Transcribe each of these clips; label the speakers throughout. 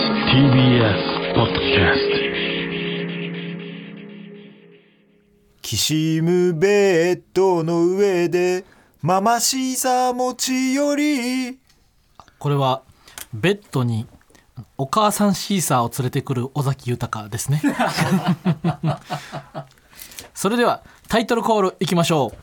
Speaker 1: TBS ポッドキャス
Speaker 2: きしむベッドの上でママシーサー持ちより
Speaker 3: これはベッドにお母さんシーサーを連れてくる尾崎豊ですねそれではタイトルコールいきましょう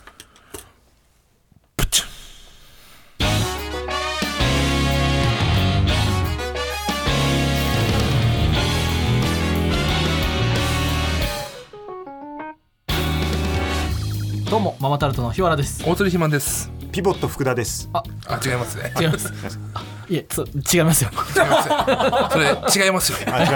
Speaker 3: どうもママタルトの日原 です
Speaker 4: 大鳥ひまんです
Speaker 2: ピボット福田です
Speaker 4: あ違いますね
Speaker 3: 違いますあいえそう違いますよ
Speaker 4: 違いますそれ違いますよ
Speaker 2: あ違う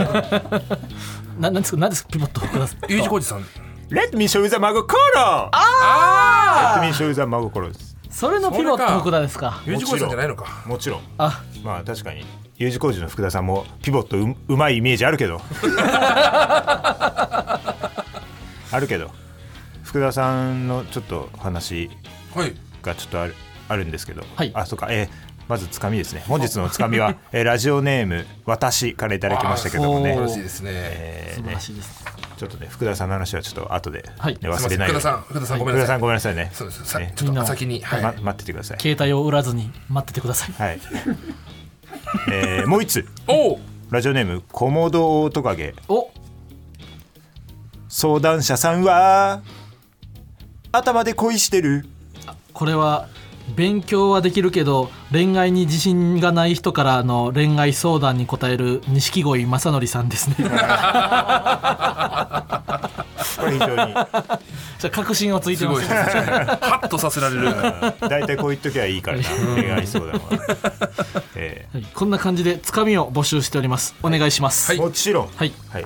Speaker 3: ななんですかなんですかピボット福田さん
Speaker 4: U 字工事さん
Speaker 2: Let me show you the 真心ああ Let me show you the 真心です
Speaker 3: それのピボット福田ですか
Speaker 4: U 字工事さんじゃないのか
Speaker 2: もちろん
Speaker 3: あ
Speaker 2: まあ確かに U 字工事の福田さんもピボットううまいイメージあるけ どあるけど福田さんのちょっと話
Speaker 4: はい
Speaker 2: がちょっとあるあるんですけど、
Speaker 3: はい
Speaker 2: あそうかえーまずつかみですね本日のつかみ は、えーラジオネーム「私」からいただきましたけどもね
Speaker 3: あーそう
Speaker 4: 嬉しいですね
Speaker 2: え
Speaker 3: 素
Speaker 2: ー
Speaker 3: 晴
Speaker 2: ね
Speaker 3: らしいです
Speaker 2: ちょっとね福田さんの話はちょっと後で、
Speaker 3: はい
Speaker 2: ね、
Speaker 4: すい
Speaker 2: 忘れ
Speaker 4: ま
Speaker 2: ない
Speaker 4: せん
Speaker 2: よう
Speaker 4: 福田
Speaker 2: に
Speaker 4: さん福田さんごめん
Speaker 2: 福
Speaker 4: な
Speaker 2: 田
Speaker 4: さ
Speaker 2: さ
Speaker 4: い
Speaker 2: んごめんなさいね
Speaker 4: そうですさ
Speaker 2: ね
Speaker 4: ちょっと先にはい
Speaker 2: ま待っててください
Speaker 3: 携帯を売らずに待っててください
Speaker 2: はい、 えーもう一つ
Speaker 4: おう
Speaker 2: ラジオネームコモドオオトカゲ
Speaker 3: お
Speaker 2: 相談者さんは頭で恋してる
Speaker 3: これは勉強はできるけど恋愛に自信がない人からの恋愛相談に答える錦鯉正則さんですね
Speaker 2: これ非常 に
Speaker 3: じゃあ確信をついて
Speaker 4: す
Speaker 3: ま
Speaker 4: ご
Speaker 3: す
Speaker 4: いですね ハッとさせられる
Speaker 2: 大体こう言っときゃいいからな恋愛相談は、え
Speaker 3: はいこんな感じでつかみを募集しておりますお願いします
Speaker 2: ー
Speaker 4: はい
Speaker 2: もちろん
Speaker 3: はい、
Speaker 2: はい、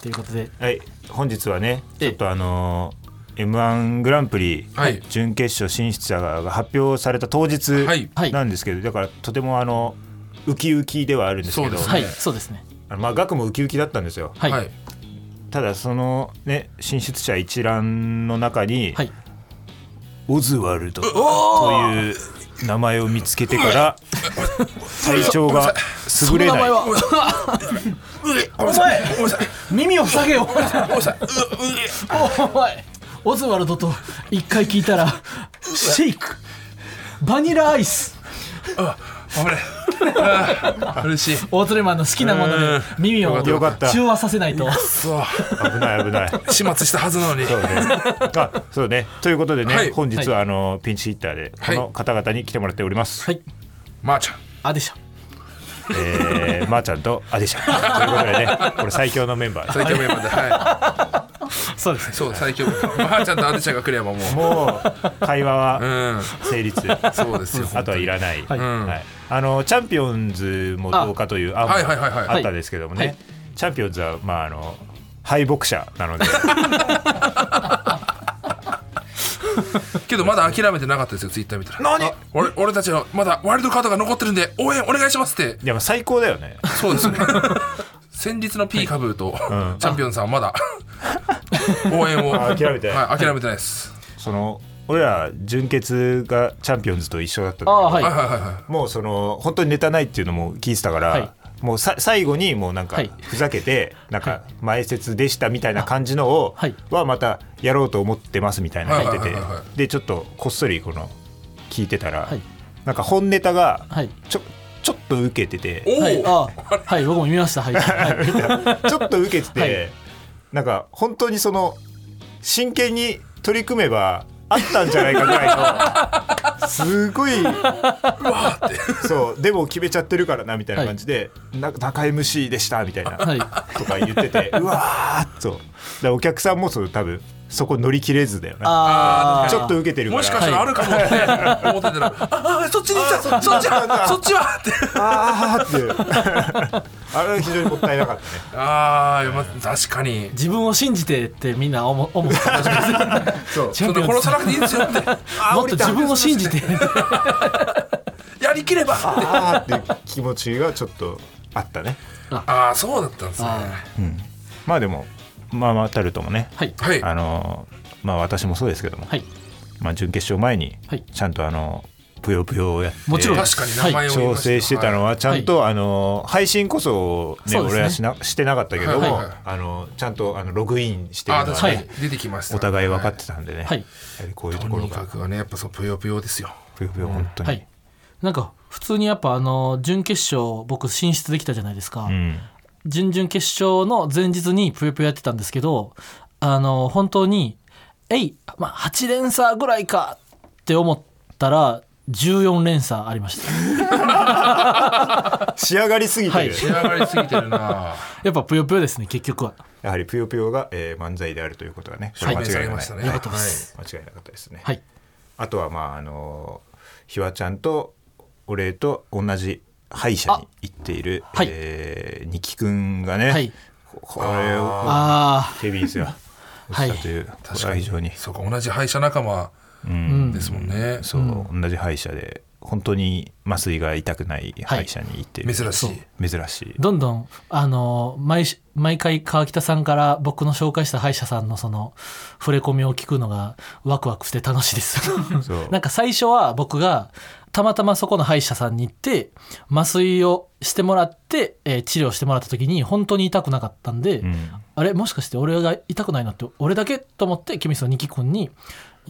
Speaker 3: ということで
Speaker 2: はい、本日はね
Speaker 3: え
Speaker 2: ちょっとあのー m 1グランプリ
Speaker 4: はい
Speaker 2: 準決勝進出者が発表された当日
Speaker 4: はい
Speaker 3: はい
Speaker 2: なんですけどだからとてもあのウキウキではあるんですけ
Speaker 4: そ
Speaker 2: ど
Speaker 4: うですね
Speaker 3: はいそうですね
Speaker 2: あのまあ額もウキウキだったんですよ
Speaker 3: はいは
Speaker 4: はいい、
Speaker 2: ただそのね進出者一覧の中に、オズワルドという名前を見つけて から体調が
Speaker 3: そ
Speaker 2: 優
Speaker 3: の
Speaker 2: れ
Speaker 3: 名
Speaker 2: な
Speaker 3: 前
Speaker 2: い
Speaker 3: は
Speaker 4: うえごめんなさいごめんなさい
Speaker 3: 耳を塞げよ
Speaker 4: ごめんなさいう
Speaker 3: おいオズワルドと一回聞いたらシェイクバニラアイス
Speaker 4: え危ないあー嬉しい
Speaker 3: オートレマンの好きなもの
Speaker 4: う
Speaker 3: で
Speaker 4: ん
Speaker 3: 耳を
Speaker 2: よかった
Speaker 3: 中和させないと
Speaker 4: そう
Speaker 2: 危ない危ない
Speaker 4: 始末したはずなのに
Speaker 2: そうね あそうねということでね、
Speaker 4: はい
Speaker 2: 本日はあのピンチヒッターでこ
Speaker 4: はい
Speaker 2: の方々に来てもらっております、
Speaker 3: はい
Speaker 4: まーちゃん
Speaker 3: あでしょ
Speaker 2: えー、まーちゃんとアデ シャンということでねこれ最強のメンバーです
Speaker 4: 最強メンバーでは
Speaker 3: そうです
Speaker 4: いそう最強メンバーまーちゃんとアデシャが来ればもう
Speaker 2: もう会話
Speaker 4: う
Speaker 2: は
Speaker 4: ん
Speaker 2: 成立、
Speaker 4: そうですよ
Speaker 2: あとはいらない、
Speaker 3: い
Speaker 2: はいあのチャンピオンズもどうかという案も
Speaker 4: はいはいはいはい
Speaker 2: あったんですけどもね、
Speaker 3: はい
Speaker 2: チャンピオンズは、まあ、あの敗北者なの で
Speaker 4: けどまだ諦めてなかったですよツイッター見たら
Speaker 2: 何
Speaker 4: あ俺俺たちのまだワイルドカードが残ってるんで応援お願いしますって
Speaker 2: いやまあ最高だよね
Speaker 4: そうですね 先日の P 株と、チャンピオンさんはまだ応援を
Speaker 2: あ諦めて
Speaker 4: はい、諦めてないです、
Speaker 2: その俺ら純潔がチャンピオンズと一緒だったんだけ
Speaker 3: あ
Speaker 2: ど
Speaker 3: あはい
Speaker 4: はい、はいはいは
Speaker 2: もうその本当にネタないっていうのも聞いてたから、
Speaker 3: はい
Speaker 2: もうさ最後にもうなんか
Speaker 3: はい
Speaker 2: ふざけ て、なんか前説でしたみたいな感じのを
Speaker 3: はい
Speaker 2: はまたやろうと思ってますみたいなの言ってて、
Speaker 4: はいはいはいはいは
Speaker 2: でちょっとこっそりこの聞いてたら、
Speaker 3: はい
Speaker 2: なんか本ネタが
Speaker 3: はい
Speaker 2: ちょちょっと受けてて、
Speaker 4: お
Speaker 3: はいあ
Speaker 4: お
Speaker 3: はい僕も見ましたはい、はい、
Speaker 2: ちょっと受けてて、
Speaker 3: はい
Speaker 2: なんか本当にその真剣に取り組めばあったんじゃないかぐらいのすごいそうでも決めちゃってるからなみたいな感じで、な中 MC でしたみたいな、
Speaker 3: はい
Speaker 2: とか言って てうわーっとだからお客さんもそう多分そこ乗り切れずだよね
Speaker 3: ああ
Speaker 2: ちょっと受けてるから
Speaker 4: もしかしたらあるかもって、思ってたら ああそっちに行ったそっちはそっちはって
Speaker 2: あーって あれは非常にもったいなかったね
Speaker 4: ああ、ま、確かに
Speaker 3: 自分を信じてってみんな思思った
Speaker 2: そう
Speaker 3: チ
Speaker 4: そ
Speaker 3: ャン
Speaker 4: ん
Speaker 3: ピ
Speaker 4: な
Speaker 3: オン
Speaker 4: 殺さなくていいんですよ って
Speaker 3: もっと自分を信 じて
Speaker 4: やりきればって
Speaker 2: あーって気持ちがちょっとあったね
Speaker 4: ああそうだったんですね
Speaker 3: あ
Speaker 2: まあでもまあまあタルトもね、
Speaker 3: はい
Speaker 4: はい
Speaker 2: あのまあ私もそうですけども、
Speaker 3: はい
Speaker 2: まあ準決勝前に
Speaker 3: はい
Speaker 2: ちゃんとあのぷよぷよをやって
Speaker 3: もちろん
Speaker 4: 確かに名前を言い
Speaker 2: 調
Speaker 4: また
Speaker 2: 整してたのはちゃんと、あの配信こそ、ね
Speaker 3: そうですね
Speaker 2: 俺はしなしてなかったけども、
Speaker 4: はいはい
Speaker 2: あのちゃんとあのログインしてる
Speaker 4: あ
Speaker 2: の
Speaker 4: 確
Speaker 2: は、
Speaker 4: か
Speaker 2: ね
Speaker 4: に出てきました
Speaker 2: お互い分かってたんでね、
Speaker 3: はい
Speaker 2: やはりこういう
Speaker 4: と
Speaker 2: ところ
Speaker 4: に
Speaker 2: が
Speaker 4: かくはねやっぱそうぷよぷよですよ
Speaker 2: ぷよぷよ本当に、
Speaker 3: はいなんか普通にやっぱあの準決勝僕進出できたじゃないですか、
Speaker 2: うん、
Speaker 3: 準々決勝の前日にぷよぷよやってたんですけどあの本当に「えい、まあ、8連鎖ぐらいか」って思ったら14連鎖ありました
Speaker 2: 仕上がりすぎてる、
Speaker 3: は
Speaker 4: 仕上がりすぎてるな
Speaker 3: やっぱぷよぷよですね結局は
Speaker 2: やはりぷよぷよが、えー漫才であるということはねこ
Speaker 3: は
Speaker 2: れ
Speaker 3: い
Speaker 2: 間違い
Speaker 4: され
Speaker 2: が
Speaker 4: ま
Speaker 2: ない、
Speaker 4: した
Speaker 2: 間
Speaker 4: ね
Speaker 3: よかったです
Speaker 2: 違いなかったですね、
Speaker 3: はい
Speaker 2: あとはまああのひわちゃんとお礼と同じ歯医者に行っている、
Speaker 3: はい
Speaker 2: えー、にきくんがね、
Speaker 3: はい
Speaker 2: ここれを
Speaker 3: あ
Speaker 2: ケビンスが
Speaker 3: は
Speaker 2: 落
Speaker 3: い
Speaker 2: ちたという、これ
Speaker 4: 確
Speaker 2: は
Speaker 4: かに
Speaker 2: 非常に、
Speaker 4: そうか同じ歯医者仲間
Speaker 2: うん
Speaker 3: あうん
Speaker 4: ですもんね、
Speaker 2: そう、同じ歯医者で本当に麻酔が痛くない歯医者に行ってる、
Speaker 4: 珍しい
Speaker 2: 珍しい
Speaker 3: どんどんあの毎し毎回川北さんから僕の紹介した歯医者さんのその触れ込みを聞くのがワクワクして楽しいです
Speaker 2: そう
Speaker 3: なんか最初は僕がたまたまそこの歯医者さんに行って麻酔をしてもらって、えー治療してもらった時に本当に痛くなかったんで、
Speaker 2: うん
Speaker 3: あれもしかして俺が痛くないのって俺だけと思ってケミスのニキ君に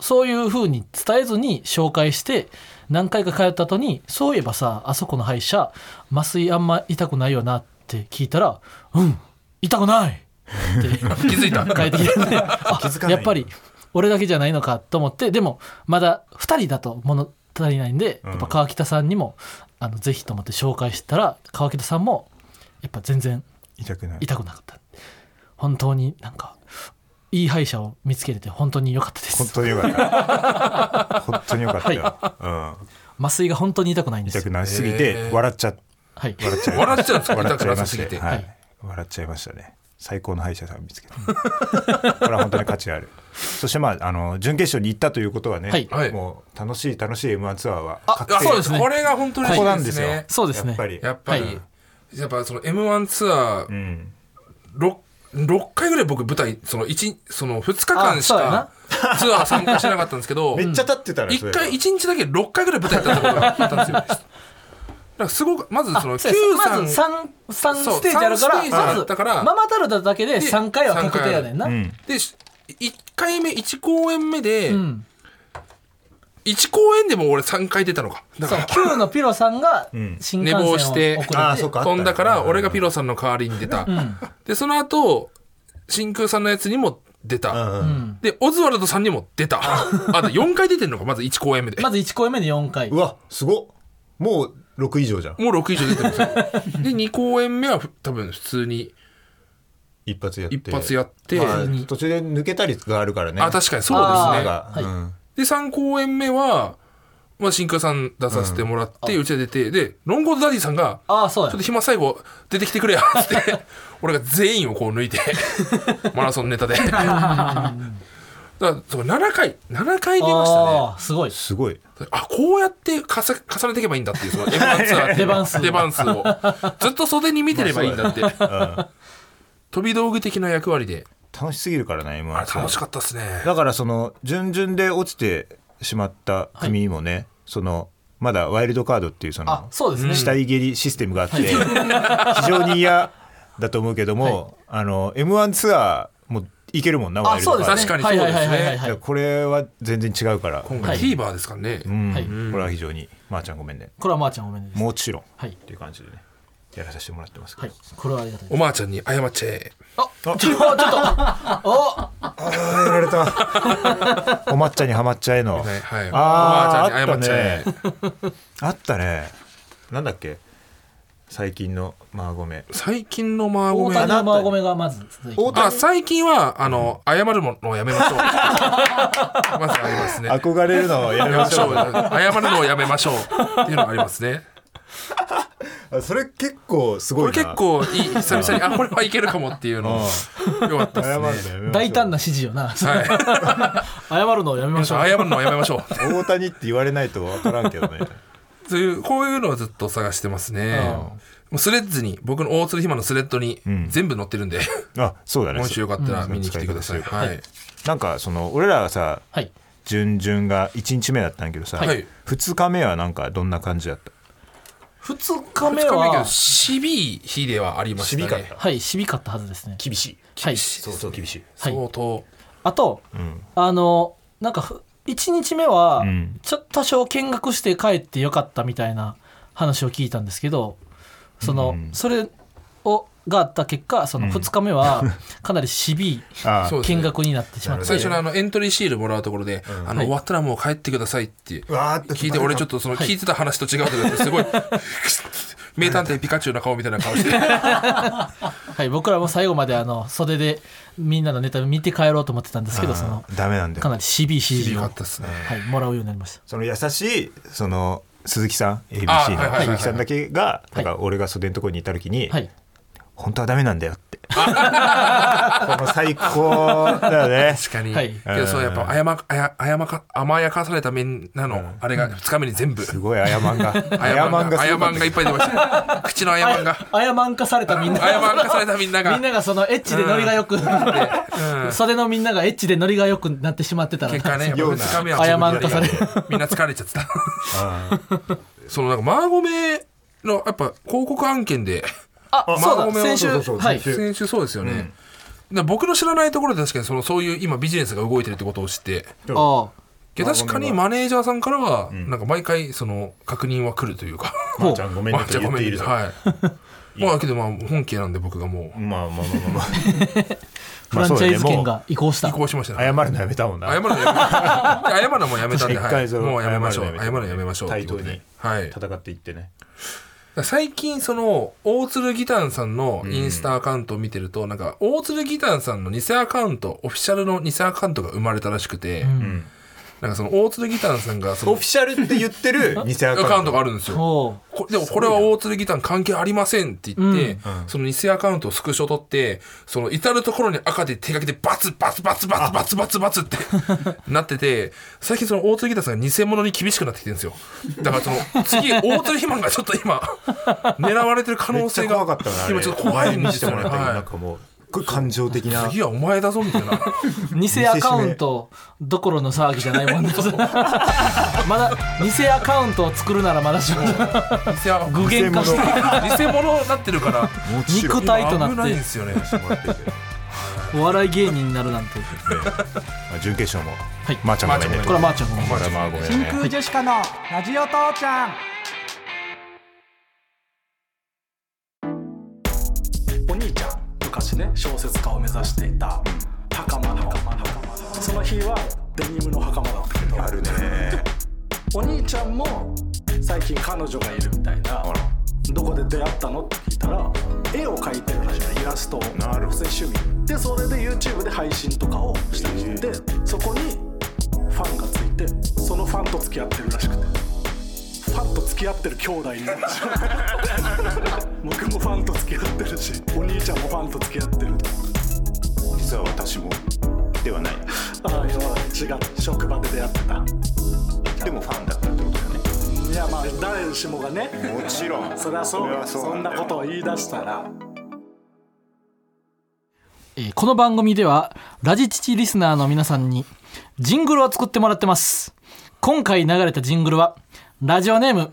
Speaker 3: そういう風に伝えずに紹介して何回か通った後にそういえばさあそこの歯医者麻酔あんま痛くないよなって聞いたら「うん痛くない!」 って
Speaker 4: 気づいた
Speaker 3: 帰ってきて、ね、あ
Speaker 2: 気づかない
Speaker 3: やっぱり俺だけじゃないのかと思ってでもまだ2人だと物足りないんで、
Speaker 2: うん
Speaker 3: やっぱ川北さんにもあのぜひと思って紹介したら川北さんもやっぱ全然
Speaker 2: 痛くない
Speaker 3: 痛くなかった本当になんかいい歯医者を見つけれて本当に良かったで
Speaker 2: 本
Speaker 3: す
Speaker 2: 当によかった 本当によかったよ、うん
Speaker 3: 麻酔が本当に痛くないんです
Speaker 2: 痛く
Speaker 3: よ、
Speaker 2: なすぎ
Speaker 4: へ
Speaker 2: て
Speaker 4: ー
Speaker 2: 笑っちゃ
Speaker 3: はい、
Speaker 2: 笑っちゃい
Speaker 4: 笑っちゃうんですか
Speaker 2: 笑っ
Speaker 4: 痛く
Speaker 2: ちゃ
Speaker 4: な
Speaker 2: ま
Speaker 4: いさ
Speaker 2: し
Speaker 4: す
Speaker 2: た
Speaker 4: ぎ
Speaker 2: ね
Speaker 4: て、
Speaker 2: は
Speaker 3: はい
Speaker 2: い、笑っちゃいましたね最高の歯医者さん見つけたこれは本当に価値あるそしてまああの準決勝に行ったということはね、
Speaker 3: はい
Speaker 4: はい
Speaker 2: もう楽しい楽しい m 1ツアーは
Speaker 3: あ
Speaker 2: 確
Speaker 4: あ
Speaker 2: 定
Speaker 4: そうです
Speaker 3: すね
Speaker 4: これが本当に
Speaker 2: ここなん
Speaker 4: いい
Speaker 2: ですよ
Speaker 3: そうですね
Speaker 2: やっぱり
Speaker 4: やっぱり、
Speaker 3: はい
Speaker 4: やっぱその m 1ツア
Speaker 2: う
Speaker 4: ー
Speaker 2: ん、
Speaker 4: 6, 6回ぐらい僕舞台その一その2日間し
Speaker 3: あそうや
Speaker 4: か ツアー参加してなかったんですけ ど
Speaker 2: めっちゃ立ってたら
Speaker 4: 一回
Speaker 2: 一
Speaker 4: 一日だけ6回ぐらい舞台やったってことがあっ たんですよだからすごくまずその Q
Speaker 3: そうです
Speaker 4: さん
Speaker 3: まず 3, 三
Speaker 4: そう
Speaker 3: ステージあるか
Speaker 4: 三ステージあ
Speaker 3: ら
Speaker 4: る
Speaker 3: まず
Speaker 4: だから
Speaker 3: ママタルトだけで
Speaker 4: で
Speaker 3: 3回は確定やねんな、
Speaker 2: う
Speaker 3: うん
Speaker 2: ん
Speaker 4: でし一回目1公演目で、
Speaker 3: うん、
Speaker 4: 1公演でも俺3回出たのかだ
Speaker 3: そ
Speaker 4: か
Speaker 3: う
Speaker 4: ら
Speaker 3: Q のピロさんが
Speaker 2: ん
Speaker 3: 新幹
Speaker 4: 寝
Speaker 3: 線を
Speaker 4: 坊
Speaker 3: 遅
Speaker 4: し
Speaker 3: れ
Speaker 4: て
Speaker 3: て、
Speaker 2: あーそっか
Speaker 4: 飛んだか
Speaker 2: う
Speaker 4: ら
Speaker 2: ん
Speaker 4: 俺がピロさんの代わりに出た、でその後真空さんのやつにも出た、
Speaker 2: うんう
Speaker 3: うんん、
Speaker 4: でオズワルドさんにも出たあと4回出てんのかまず1公演目で、
Speaker 3: まず1声目で4回
Speaker 2: うわすごっもう6以上じゃん
Speaker 4: もう6以上出てるんですよで2公演目はふ多分普通に
Speaker 2: 一発やって
Speaker 4: 一発やって、
Speaker 2: まあ途中で抜けたりがあるからね
Speaker 4: あ確かにそうです
Speaker 3: あー
Speaker 4: ね
Speaker 2: が、
Speaker 3: はい
Speaker 2: うん
Speaker 4: で3公演目は、まあ、新空さん出させてもらって、うちで出てでロンゴードダディさんが「ちょ
Speaker 3: ああそう
Speaker 4: っ
Speaker 3: や
Speaker 4: と暇最後出てきてくれや」っつって俺が全員をこう抜いてマラソンネタでだからそう7回7回出ましたね
Speaker 3: あーすごい
Speaker 2: すごい
Speaker 4: あこうやってかさ重ねていけばいいんだっていうその M1 ツアーっていう
Speaker 3: 出番数
Speaker 4: 出番数をずっと袖に見てればいいんだって、飛び道具的な役割で
Speaker 2: 楽しすぎるからね m
Speaker 4: あ
Speaker 2: 1
Speaker 4: れ楽しかったっすね
Speaker 2: だからその準々で落ちてしまった組もね、そのまだワイルドカードっていうそ
Speaker 3: あ
Speaker 2: の
Speaker 3: そうですね、
Speaker 2: 下い蹴りシステムがあって、非常に嫌だと思うけども、あの m 1ツアーもいけるもんなワイ
Speaker 3: あ
Speaker 2: ルド
Speaker 3: そう
Speaker 2: カ
Speaker 3: で
Speaker 2: ー
Speaker 3: す
Speaker 2: ド
Speaker 3: ね
Speaker 4: 確かにそうですね
Speaker 3: はいはいはいはい、はい
Speaker 2: だからこれは全然違うから、
Speaker 4: 今
Speaker 3: は
Speaker 4: 回
Speaker 3: い
Speaker 4: TVer ですからね、
Speaker 2: うん
Speaker 3: はい
Speaker 2: これは非常にまー、ちゃんごめんね
Speaker 3: これはまーちゃんおめでとうです
Speaker 2: もちろん、
Speaker 3: はい
Speaker 2: っていう感じでねやらさせてもらってますけ
Speaker 3: は
Speaker 2: ど、
Speaker 3: いこれはありがたいです
Speaker 4: おばあちゃんに謝っちゃえ
Speaker 3: あちょっとちょっとお
Speaker 2: あーやられた お抹茶にはまっちゃえの
Speaker 4: はいはい、おば
Speaker 2: あ
Speaker 4: あ
Speaker 2: ー
Speaker 4: ちゃんに謝っちゃえ
Speaker 2: ああったねなんだっけ最近のマーゴメ
Speaker 4: 最近のマーゴ
Speaker 3: 大
Speaker 4: メ
Speaker 3: 谷
Speaker 4: は
Speaker 3: のマーゴメがまず続いて
Speaker 2: 大
Speaker 4: あ
Speaker 2: 谷
Speaker 4: 最近はあの謝るものをやめましょうまずありますね
Speaker 2: 憧れるのをやめ
Speaker 4: やめ
Speaker 2: ま
Speaker 4: ま
Speaker 2: し
Speaker 4: し ょ
Speaker 2: ょ
Speaker 4: う
Speaker 2: う
Speaker 4: 謝るのをやめましょうっていうのがありますね
Speaker 2: あそれ結構すご
Speaker 4: こ
Speaker 2: い
Speaker 4: れ
Speaker 2: な
Speaker 4: 結構いい久々にあこれはいけるかもっていうのよかった
Speaker 2: 謝るの
Speaker 4: で
Speaker 2: や
Speaker 4: すね
Speaker 2: めましょう
Speaker 3: 大胆な指示よな
Speaker 4: はい
Speaker 3: 謝るのをやめましょう
Speaker 4: 謝るのをやめましょう
Speaker 2: 大谷って言われないと分からんけどね
Speaker 4: というこういうのをずっと探してますね
Speaker 3: うん
Speaker 4: もうスレッズに僕の大鶴ひまのスレッドに
Speaker 2: ん
Speaker 4: 全部載ってるんで、
Speaker 2: あそうだね
Speaker 4: もしよかったら見に来てください、
Speaker 2: うん
Speaker 4: はい
Speaker 2: なんかその俺らがさ
Speaker 3: はい
Speaker 2: 準々が1日目だったんやけどさ、
Speaker 4: は
Speaker 2: 二
Speaker 4: い
Speaker 2: 2日目はなんかどんな感じだった
Speaker 3: 2日目
Speaker 4: 二日目やけど
Speaker 3: は
Speaker 4: しびい日ではありましたね
Speaker 2: しびかった
Speaker 3: はいしびかったはずですね
Speaker 5: 厳しい
Speaker 3: はい
Speaker 5: そうそう厳しい
Speaker 3: はい
Speaker 4: 相当
Speaker 3: あと
Speaker 2: うん
Speaker 3: あのなんかふ1日目は
Speaker 2: うん
Speaker 3: ちょっと多少見学して帰ってよかったみたいな話を聞いたんですけどその、
Speaker 2: うん
Speaker 3: それをがあった結果その
Speaker 2: うん
Speaker 3: 2日目はかなりしびい
Speaker 2: ああ
Speaker 4: そうですね
Speaker 3: 見学になってしまって、
Speaker 4: 最初のあのエントリーシールもらうところで、あの終わったらもう帰ってくださいって
Speaker 2: わーって
Speaker 4: 聞いて俺ちょっとその聞いてた話と違うとかってすごい 名探偵ピカチュウの顔みたいな顔して
Speaker 3: はい、僕らも最後まであの袖でみんなのネタ見て帰ろうと思ってたんですけどその
Speaker 2: あーダメなんだ
Speaker 3: か
Speaker 2: よ
Speaker 3: なりしびい指
Speaker 4: 厳し
Speaker 3: 示
Speaker 4: か
Speaker 3: を
Speaker 4: っ、たですね
Speaker 3: はい、もらうようになりました。
Speaker 2: その優しいその鈴木さん ABC
Speaker 4: あーはいはいはいは
Speaker 2: の
Speaker 4: い
Speaker 2: 鈴木さんだけが
Speaker 3: は
Speaker 2: ないんか俺が袖のところにいた時に、
Speaker 3: はい、
Speaker 2: 本当はダメなんだよってこの最高だよね
Speaker 4: 確かに、
Speaker 3: はい
Speaker 4: けどそうやっぱあやまあやあやまか甘やかされたみんなのあれが2日目に全部
Speaker 2: すごいあやまんが
Speaker 4: あ
Speaker 2: あ
Speaker 4: や
Speaker 2: や
Speaker 4: ま
Speaker 2: ま
Speaker 4: ん
Speaker 2: ん
Speaker 4: が
Speaker 2: が
Speaker 4: あ
Speaker 2: す
Speaker 4: や
Speaker 2: ごか
Speaker 4: ま
Speaker 2: っ
Speaker 4: ん
Speaker 2: た
Speaker 4: がいっぱい出ました口のあやまんが
Speaker 3: あやまんかされた みんな
Speaker 4: あやまんかされたみんなが
Speaker 3: みんながそのエッチでノリがよく、袖のみんながエッチでノリがよくなってしまってたら
Speaker 4: 結果ねやっぱ2日目は
Speaker 3: あやまんかされ
Speaker 4: みんな疲れちゃってた そのなんかマーゴメのやっぱ広告案件で
Speaker 3: あ
Speaker 4: あ
Speaker 3: そう
Speaker 4: まあご
Speaker 3: だ
Speaker 4: めん
Speaker 3: 先週
Speaker 4: そうそうそう
Speaker 3: はい
Speaker 2: 先週
Speaker 4: 先週そうですよね、だから僕の知らないところで確かにそのそういう今ビジネスが動いてるってことを知って
Speaker 3: あ
Speaker 4: けど確かにマネージャーさんからはなんか毎回その確認は来るというか、
Speaker 3: あほう
Speaker 2: ちゃんごめんねと言っているぞ
Speaker 4: まあじゃあごめんねはいまあけどまあ本家なんで僕がもう
Speaker 2: まあまあまあまあまあ
Speaker 3: フランチャイズ権
Speaker 2: まあ
Speaker 3: が移行した
Speaker 4: 移行しました
Speaker 2: そうだ
Speaker 4: ね
Speaker 2: よねもう謝るのやめたもんな
Speaker 4: 謝るのやめ謝るのもやめたんで、
Speaker 2: 一
Speaker 4: はい、
Speaker 2: 回その
Speaker 4: もうやめましょう
Speaker 2: 謝るの
Speaker 4: 謝
Speaker 2: やめ
Speaker 4: るのやめましょう
Speaker 2: 対等に
Speaker 4: ということではい、
Speaker 2: 戦っていってね
Speaker 4: 最近その大鶴ギタンさんのインスタアカウントを見てると、なんか大鶴ギタンさんの偽アカウントオフィシャルの偽アカウントが生まれたらしくて、
Speaker 2: ん
Speaker 4: なんかその大鶴ギタンさんがそ
Speaker 2: オ
Speaker 4: の
Speaker 2: フィシャルって言ってる偽ア
Speaker 4: アカ
Speaker 2: カ
Speaker 4: ウ
Speaker 2: ウ
Speaker 4: ン
Speaker 2: ン
Speaker 4: ト
Speaker 2: ト
Speaker 4: があるんですよ
Speaker 3: ほ
Speaker 4: こでもこれは大鶴ギタン関係ありませんって言って、その偽アカウントをスクショ取ってその至る所に赤で手書きでバツバツバツバツバツバツバツって なってて最近その大鶴ギタンさんが偽物に厳しくなってきてるんですよだからその次大鶴ひまんがちょっ と今狙われてる可
Speaker 2: め
Speaker 4: 能
Speaker 2: っちゃ
Speaker 4: 性が
Speaker 2: 怖かったなあれ
Speaker 4: 今ちょっと怖いんで
Speaker 2: 見
Speaker 4: す
Speaker 2: せて
Speaker 4: よ
Speaker 2: も
Speaker 4: ね、
Speaker 2: らったけど なん
Speaker 4: は
Speaker 2: かもうすごい感情的
Speaker 4: い、
Speaker 2: な
Speaker 4: 次はお前だぞみたいな
Speaker 3: う偽アカウントどころの騒ぎじゃないもんねまだ偽アカウントを作るならまだしも
Speaker 4: 偽は
Speaker 3: 具現化して
Speaker 4: 偽物になってるから
Speaker 3: 肉体とな
Speaker 4: 危ないん
Speaker 3: っ
Speaker 4: ですよね
Speaker 2: してもらってるけど
Speaker 3: てお笑い芸人になるなんて
Speaker 2: まあ準決勝も
Speaker 3: い
Speaker 2: まーちゃんごめんね
Speaker 3: これはまーちゃんごめん
Speaker 2: まだまあごめんね
Speaker 6: 空ジェシカのラジオ父ちゃん
Speaker 7: お兄ちゃん昔ね小説家を目指していた袴のその日はデニムの袴だったけどあるねお兄ちゃんも最近彼女がいるみたいなどこで出会ったのって聞いたら絵を描いてるらしいイラストをなるほど趣味でそれで YouTube で配信とかをしていてそこにファンがついてそのファンと付き合ってるらしくてファンと付き合ってる兄弟になるらしい僕もファンと付き合ってるしお兄ちゃんもファンと付き合ってる
Speaker 8: 実は私もではない
Speaker 7: ああ今まで違う職場で出会ってた
Speaker 8: でもファンだったってことだよね
Speaker 7: いやまあ誰しもがね
Speaker 8: もちろん
Speaker 7: そりゃそうそ
Speaker 8: そ
Speaker 7: ん
Speaker 8: ん
Speaker 7: な
Speaker 8: な
Speaker 7: こ
Speaker 8: こと
Speaker 7: を言い出したら
Speaker 3: えーこの番組ではラジチチリスナーの皆さんにジングルを作ってもらってます今回流れたジングルはラジオネーム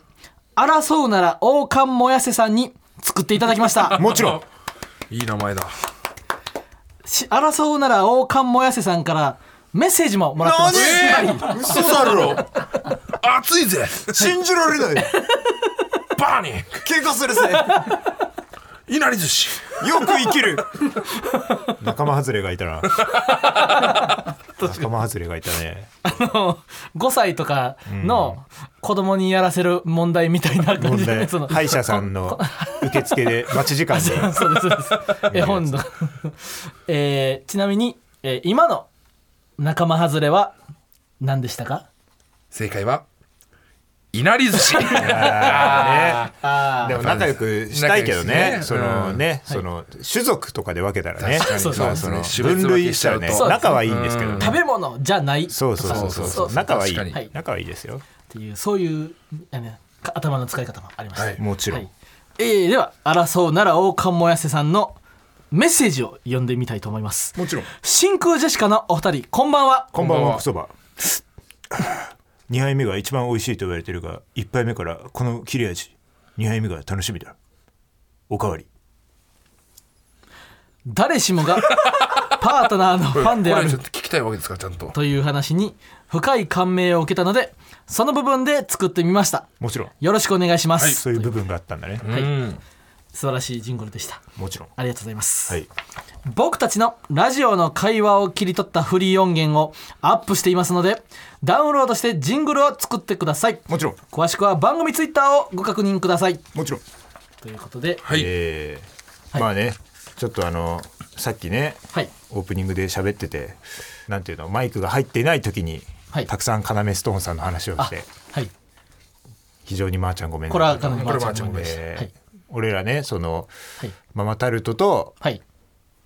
Speaker 3: 争うなら王冠もやせさんに作っていただきま した
Speaker 2: もちろん
Speaker 4: いい名前だ
Speaker 3: し争うなら王冠もやせさんからメッセージももらってます
Speaker 2: 嘘だろ
Speaker 4: 熱いぜ
Speaker 2: 信じられない
Speaker 4: バーニン
Speaker 2: 喧嘩 するぜ
Speaker 4: いなり寿司
Speaker 2: よく生きる仲間外れがいた な仲間外れがいたね
Speaker 3: 5歳とかの子供にやらせる問題みたいな感
Speaker 2: 問
Speaker 3: じで、
Speaker 2: 題
Speaker 3: その
Speaker 2: 歯医者さんの受付で待ち時間で
Speaker 3: そうですそうで す絵本の、 えーちなみに、えー今の仲間外れは何でしたか
Speaker 4: 正解はいなり寿司
Speaker 2: あーねでも仲良くしたいけどね
Speaker 4: 仲
Speaker 2: そ
Speaker 4: 良くし
Speaker 2: の
Speaker 4: て
Speaker 2: ねその種族とかで分けたらね
Speaker 4: 確かに
Speaker 3: そうそう
Speaker 2: まあその
Speaker 4: そうですね
Speaker 2: 分類したらね
Speaker 4: 種別分けしちゃうと
Speaker 2: 仲はいいんですけど
Speaker 4: うん
Speaker 2: ね
Speaker 3: 食べ物じゃない
Speaker 2: そうそうそう
Speaker 4: そうそ
Speaker 2: そうう
Speaker 4: そう
Speaker 2: 仲はいい
Speaker 4: 確かに
Speaker 2: 仲はいいですよ
Speaker 3: っていうそういうあのか頭の使い方もありました、
Speaker 4: は
Speaker 3: はいい
Speaker 2: もちろん
Speaker 3: えーでは争うなら王冠もやせさんのメッセージを読んでみたいと思います
Speaker 2: もちろん
Speaker 3: 真空ジェシカのお二人こんばんは
Speaker 2: こんばんはそば2杯目が一番美味しいと言われてるが1杯目からこの切れ味2杯目が楽しみだおかわり
Speaker 3: 誰しもが パートナーのファンであ
Speaker 4: これ
Speaker 3: る
Speaker 4: ちょっと聞きたいわけですからちゃんと
Speaker 3: という話に深い感銘を受けたのでその部分で作ってみました
Speaker 2: もちろん
Speaker 3: よろしくお願いします、
Speaker 2: そういう部分があったんだね、
Speaker 3: はい
Speaker 4: うん
Speaker 3: 素晴らしいジングルでした
Speaker 2: もちろん
Speaker 3: ありがとうございます、
Speaker 2: はい
Speaker 3: 僕たちのラジオの会話を切り取ったフリー音源をアップしていますのでダウンロードしてジングルを作ってください
Speaker 2: もちろん
Speaker 3: 詳しくは番組ツイッターをご確認ください
Speaker 2: もちろん
Speaker 3: ということで
Speaker 4: はい、
Speaker 2: えー
Speaker 3: はい
Speaker 2: まあねちょっとあのさっきね
Speaker 3: はい
Speaker 2: オープニングで喋っててなんていうのマイクが入っていない時に、
Speaker 3: はい
Speaker 2: たくさん要ストーンさんの話を
Speaker 3: あ
Speaker 2: して
Speaker 3: はい
Speaker 2: 非常にまーちゃんごめんな
Speaker 3: これはかなり
Speaker 4: こ
Speaker 3: マ
Speaker 4: れ
Speaker 3: ーちゃ
Speaker 4: まーちゃ
Speaker 3: ん
Speaker 4: ん
Speaker 3: の
Speaker 4: ごめん
Speaker 3: で
Speaker 4: な
Speaker 3: すは
Speaker 2: えー
Speaker 3: い
Speaker 2: 俺らねその
Speaker 3: はい
Speaker 2: ママタルトと
Speaker 3: はい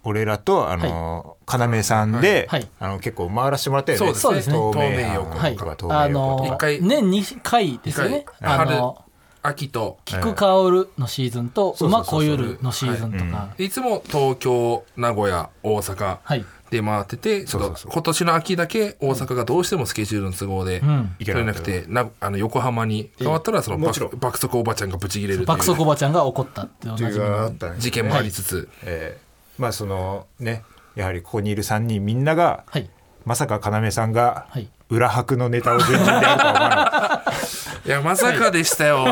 Speaker 2: 俺らとあの、要さんで、
Speaker 3: はいはい
Speaker 2: あの結構回らせてもらったよね
Speaker 4: そう
Speaker 3: ですね
Speaker 2: 透明
Speaker 4: 透明
Speaker 2: 横
Speaker 4: 横
Speaker 3: はい
Speaker 2: とか透明
Speaker 3: あ
Speaker 2: 横
Speaker 3: の
Speaker 2: と
Speaker 4: 一
Speaker 2: か、
Speaker 4: 回
Speaker 3: 年2回ですよね
Speaker 4: 一回
Speaker 3: あの
Speaker 4: 秋と
Speaker 3: 「菊薫」のシーズン
Speaker 2: そ
Speaker 3: と「
Speaker 2: うそう
Speaker 3: 馬
Speaker 2: そう
Speaker 3: こ
Speaker 2: そう
Speaker 3: ゆる」のシーズンとか
Speaker 4: いつも東京名古屋大阪
Speaker 3: はい
Speaker 4: で回ってて、ちょ
Speaker 2: そう
Speaker 4: っ
Speaker 2: そう
Speaker 4: と
Speaker 2: そう
Speaker 4: 今年の秋だけ大阪がどうしてもスケジュールの都合で
Speaker 3: ん
Speaker 4: 取れなくて、なあの横浜に変わったらその
Speaker 2: もちろ
Speaker 4: 爆
Speaker 2: ん
Speaker 4: 爆速おばちゃんがブチ切れるとい
Speaker 3: 爆速お
Speaker 4: う
Speaker 3: ばちゃんが怒ったって同じ
Speaker 2: っていうのがあったんです
Speaker 4: 事件もありつつ、
Speaker 2: えーまあそのねやはりここにいる3人みんなが、
Speaker 3: はい
Speaker 2: まさか要さんが
Speaker 3: はい
Speaker 2: 裏拍のネタを順々でやるとは思わな かった
Speaker 4: い、やまさかでしたよ。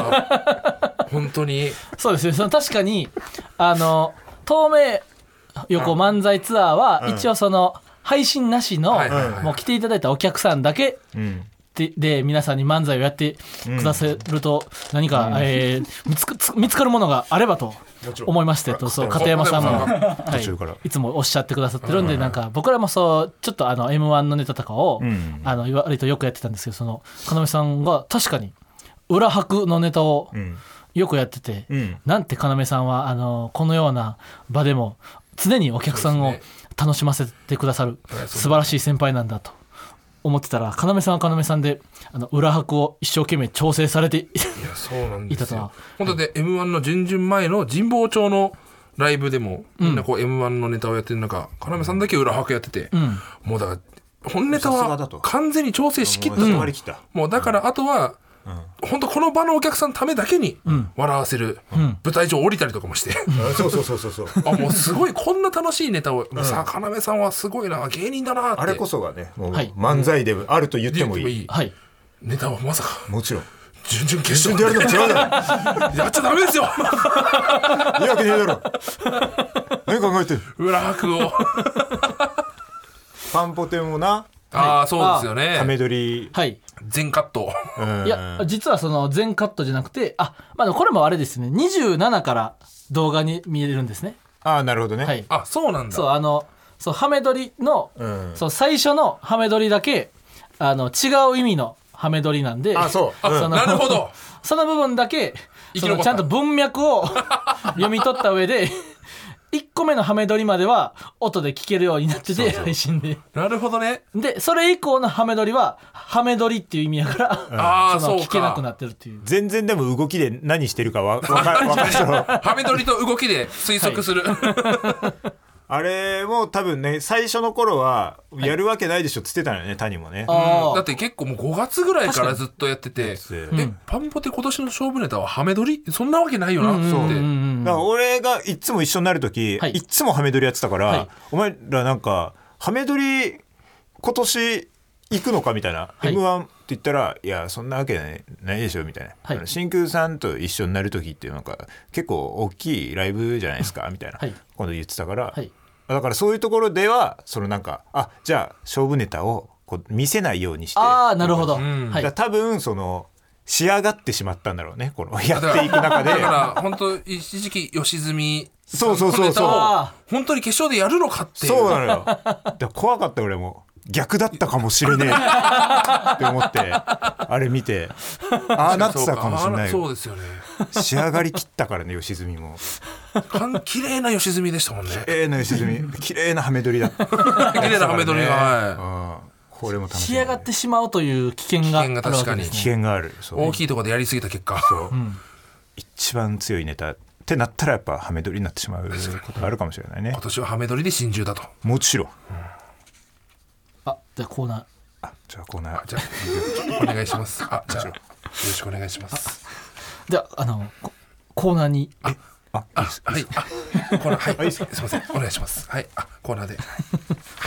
Speaker 4: 本当に
Speaker 3: そうですねその確かにあの透明横漫才ツアーは一応その配信なしの
Speaker 4: はいはいはい
Speaker 3: もう来ていただいたお客さんだけ
Speaker 2: うん
Speaker 3: でで皆さんに漫才をやってくださると何か、えー見つかつ見つかるものがあればと思いましてとそう片山さんも、
Speaker 4: 片山
Speaker 3: は
Speaker 2: 途中から
Speaker 3: い、いつもおっしゃってくださってるんで、なんか僕らもそうちょっとあの m 1のネタとかを、
Speaker 2: ん
Speaker 3: あの割とよくやってたんですけどその要さんが確かに裏拍のネタを
Speaker 2: ん
Speaker 3: よくやってて、
Speaker 2: うん
Speaker 3: なんて要さんはあのこのような場でも常にお客さん
Speaker 4: そう
Speaker 3: を
Speaker 4: です
Speaker 3: 楽しませてくださる
Speaker 4: はいそう
Speaker 3: 素晴らしい先輩なんだと思ってたら要さんは要さんであの裏拍を一生懸命調整されて い
Speaker 4: いやそうなんです
Speaker 3: いたとは
Speaker 4: よ。本当で M1 の準々前の神保町のライブでもみんなこう M1 のネタをやってる中、要さんだけ裏拍やってて、
Speaker 3: ん
Speaker 4: もうだから本ネタ
Speaker 2: さすがだ
Speaker 4: は
Speaker 2: と
Speaker 4: 完全に調整しきったと。
Speaker 2: 割り切った、
Speaker 4: もうだからあとは、本当この場のお客さんのためだけに笑わせる、舞台上降りたりとかもして、
Speaker 2: あそうそうそうそうそう
Speaker 4: あもうすごいこんな楽しいネタを、もうさかなめさんはすごいな芸人だなって
Speaker 2: あれこそがねもう
Speaker 3: はい
Speaker 2: 漫才であると言って
Speaker 4: 言っ
Speaker 2: もい
Speaker 4: て
Speaker 2: い,、
Speaker 4: も
Speaker 2: も
Speaker 4: いい
Speaker 3: はい
Speaker 4: ネタはまさか
Speaker 2: ちろん
Speaker 4: 準々決
Speaker 2: 一緒
Speaker 4: 勝
Speaker 2: にやるのも違うだ
Speaker 4: やっちゃダメですよ
Speaker 2: ろいいわけねえだ ろ何考えてる
Speaker 4: 裏 拍を
Speaker 2: パンポテンもな
Speaker 4: ああそうですよ
Speaker 2: ため
Speaker 4: ね
Speaker 2: 撮り、
Speaker 3: はい
Speaker 4: 全カッ ト
Speaker 2: うん
Speaker 3: いや実はその全カットじゃなくてあまあでもこれもあれですね27から動画に見えるんですね
Speaker 2: ああなるほどね、
Speaker 3: はい
Speaker 4: あそうなんだ
Speaker 3: そうあのそうハメ撮りの、
Speaker 2: うん
Speaker 3: そう最初のハメ撮りだけあの違う意味のハメ撮りなんで
Speaker 2: あそう
Speaker 4: あ
Speaker 3: その
Speaker 4: なる ほど
Speaker 3: その部分だけ
Speaker 4: 生
Speaker 3: そ
Speaker 4: き残
Speaker 3: の
Speaker 4: った
Speaker 3: ちゃんと文脈を 読み取った上で1個目のハメ撮りまでは音で聞けるようになってて配信で
Speaker 4: なるほどね
Speaker 3: でそれ以降のハメ撮りはハメ撮りっていう意味やから
Speaker 4: ああ
Speaker 3: その
Speaker 4: そう
Speaker 3: 聞けなくな
Speaker 4: か
Speaker 3: ってるっていう
Speaker 2: 全然でも動きで何してるか わわかわか そう
Speaker 4: ハメ撮りと動きで推測する、
Speaker 2: あれも多分ね最初の頃はやるわけないでしょっつってたのよね谷もね
Speaker 3: あ
Speaker 4: だって結構もう5月ぐらいからずっとやってて
Speaker 2: 確か、に
Speaker 4: え、パンポテ今年の勝負ネタはハメ撮りそんなわけないよなって。
Speaker 2: だから俺がいっつも一緒になる時、
Speaker 3: はい
Speaker 2: い、っつもハメ撮りやってたから、
Speaker 3: はい
Speaker 2: お前らなんかハメ撮り今年行くのかみたいな「
Speaker 3: はい
Speaker 2: m 1って言ったら「いやそんなわけないないでしょ」みたいな、
Speaker 3: はい
Speaker 2: あの真空さんと一緒になる時ってなんか結構大きいライブじゃないですかみたいな、
Speaker 3: はい
Speaker 2: 今度言ってたから、
Speaker 3: はい
Speaker 2: だからそういうところではそのなんかあじゃあ勝負ネタをこう見せないようにして
Speaker 3: あーなるほど、
Speaker 4: ん
Speaker 2: だか
Speaker 3: は
Speaker 2: ら
Speaker 3: い
Speaker 2: 多分その仕上がってしまったんだろうねこのやっていく中で
Speaker 4: だから本当一時期吉住
Speaker 2: そうそうそうそう
Speaker 4: 本本当に決勝でやるのかっていう
Speaker 2: そうなのよ。だから怖かった俺も。逆だったかもしれねえって思ってあれ見てああなってたかもしれない
Speaker 4: そう
Speaker 2: よ
Speaker 4: ですよね
Speaker 2: 仕上がりきったからね良純も
Speaker 4: 完綺麗な吉住でしたもんね
Speaker 2: 綺麗な良純綺麗なハメ撮りだった
Speaker 4: 綺麗なハメ撮りが、は
Speaker 2: うんこれも楽し
Speaker 3: 仕
Speaker 2: み
Speaker 3: 上
Speaker 2: だね
Speaker 3: がってしまうという危険があ
Speaker 4: 危険が
Speaker 3: るわ
Speaker 4: 確
Speaker 3: け
Speaker 4: か
Speaker 3: で
Speaker 4: に
Speaker 3: す
Speaker 2: 危
Speaker 3: ね
Speaker 2: 険があるそ
Speaker 4: い、
Speaker 2: う
Speaker 4: 大きいところでやりすぎた結果
Speaker 2: 一番強いネタってなったらやっぱハメ撮りになってしまうことあるかもし れないね
Speaker 4: 今年はハメ撮りで心中だと
Speaker 2: もちろん
Speaker 3: あじゃあコーナー
Speaker 2: じゃあコーナー
Speaker 4: じゃあお願いしますあじゃあよろしくお願いします
Speaker 3: ではあのこコーナーに
Speaker 4: あはいあコーナーは
Speaker 2: いい
Speaker 4: い
Speaker 2: っ
Speaker 4: す
Speaker 2: す
Speaker 4: いませんお願いしますはいあコーナーで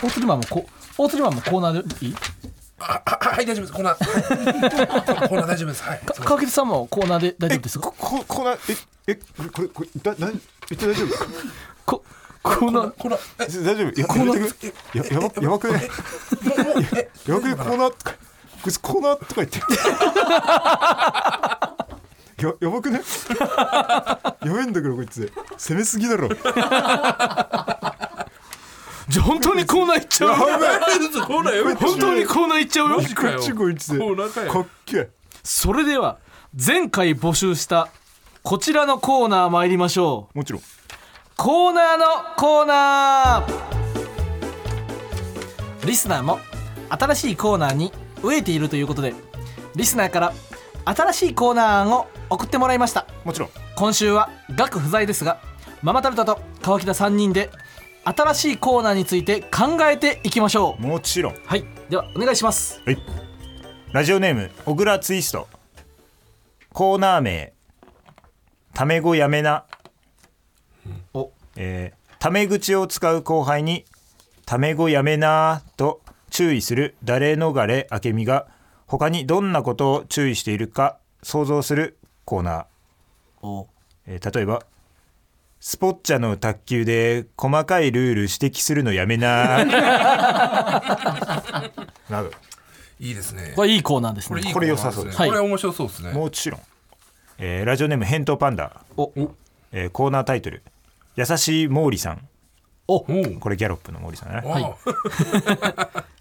Speaker 3: 大鶴マンもこ大鶴マンもコーナーでいい
Speaker 4: ああはい大丈夫ですコーナーはいコーナー大丈夫ですはい
Speaker 3: か川口さんもコーナーで大丈夫ですか
Speaker 2: ここコーナーええこれこれだなえ大丈夫
Speaker 3: こコーナー
Speaker 4: コーナーえ
Speaker 2: 大丈夫や
Speaker 4: コーナー
Speaker 2: やめてくれややばやばくない
Speaker 4: もうもうえ
Speaker 2: やばくないコーナーとかこいつコーナーとか言って るややばくない やばいんだけどこいつ攻めすぎだろ
Speaker 3: じゃあ本当にコーナー行っちゃうよ
Speaker 4: コーナーやめて
Speaker 3: 本当にコーナー行っちゃうよ
Speaker 4: マジ
Speaker 2: こ
Speaker 4: かよ
Speaker 2: っちこいつ
Speaker 4: コーナーかよ
Speaker 2: かっけえ
Speaker 3: それでは前回募集したこちらのコーナー参りましょう
Speaker 2: もちろん
Speaker 3: コーナーのコーナーリスナーも新しいコーナーに飢えているということでリスナーから新しいコーナー案を送ってもらいました
Speaker 2: もちろん
Speaker 3: 今週は額不在ですがママタルトと川北3人で新しいコーナーについて考えていきましょう
Speaker 2: もちろん
Speaker 3: はいではお願いします
Speaker 2: はいラジオネーム小倉ツイストコーナー名タメ語やめな
Speaker 3: お
Speaker 2: えータメ口を使う後輩に「タメ語やめな」と注意する誰逃れ明美が他にどんなことを注意しているか想像するコーナー、
Speaker 3: お
Speaker 2: えー例えば「スポッチャの卓球で細かいルール指摘するのやめな」など
Speaker 4: いいですね
Speaker 3: これいいコーナーです
Speaker 4: これい
Speaker 3: ね
Speaker 4: い
Speaker 2: これ良さそう
Speaker 4: コ
Speaker 2: で
Speaker 4: ーナーですす
Speaker 3: は
Speaker 4: ね
Speaker 3: い
Speaker 4: これ面白そうですね
Speaker 2: もちろん、えーラジオネーム「返答パンダ
Speaker 3: おお」
Speaker 2: えーコーナータイトル「優しい毛利さん
Speaker 3: お」
Speaker 2: これギャロップの毛利さんだね
Speaker 4: わあ
Speaker 3: は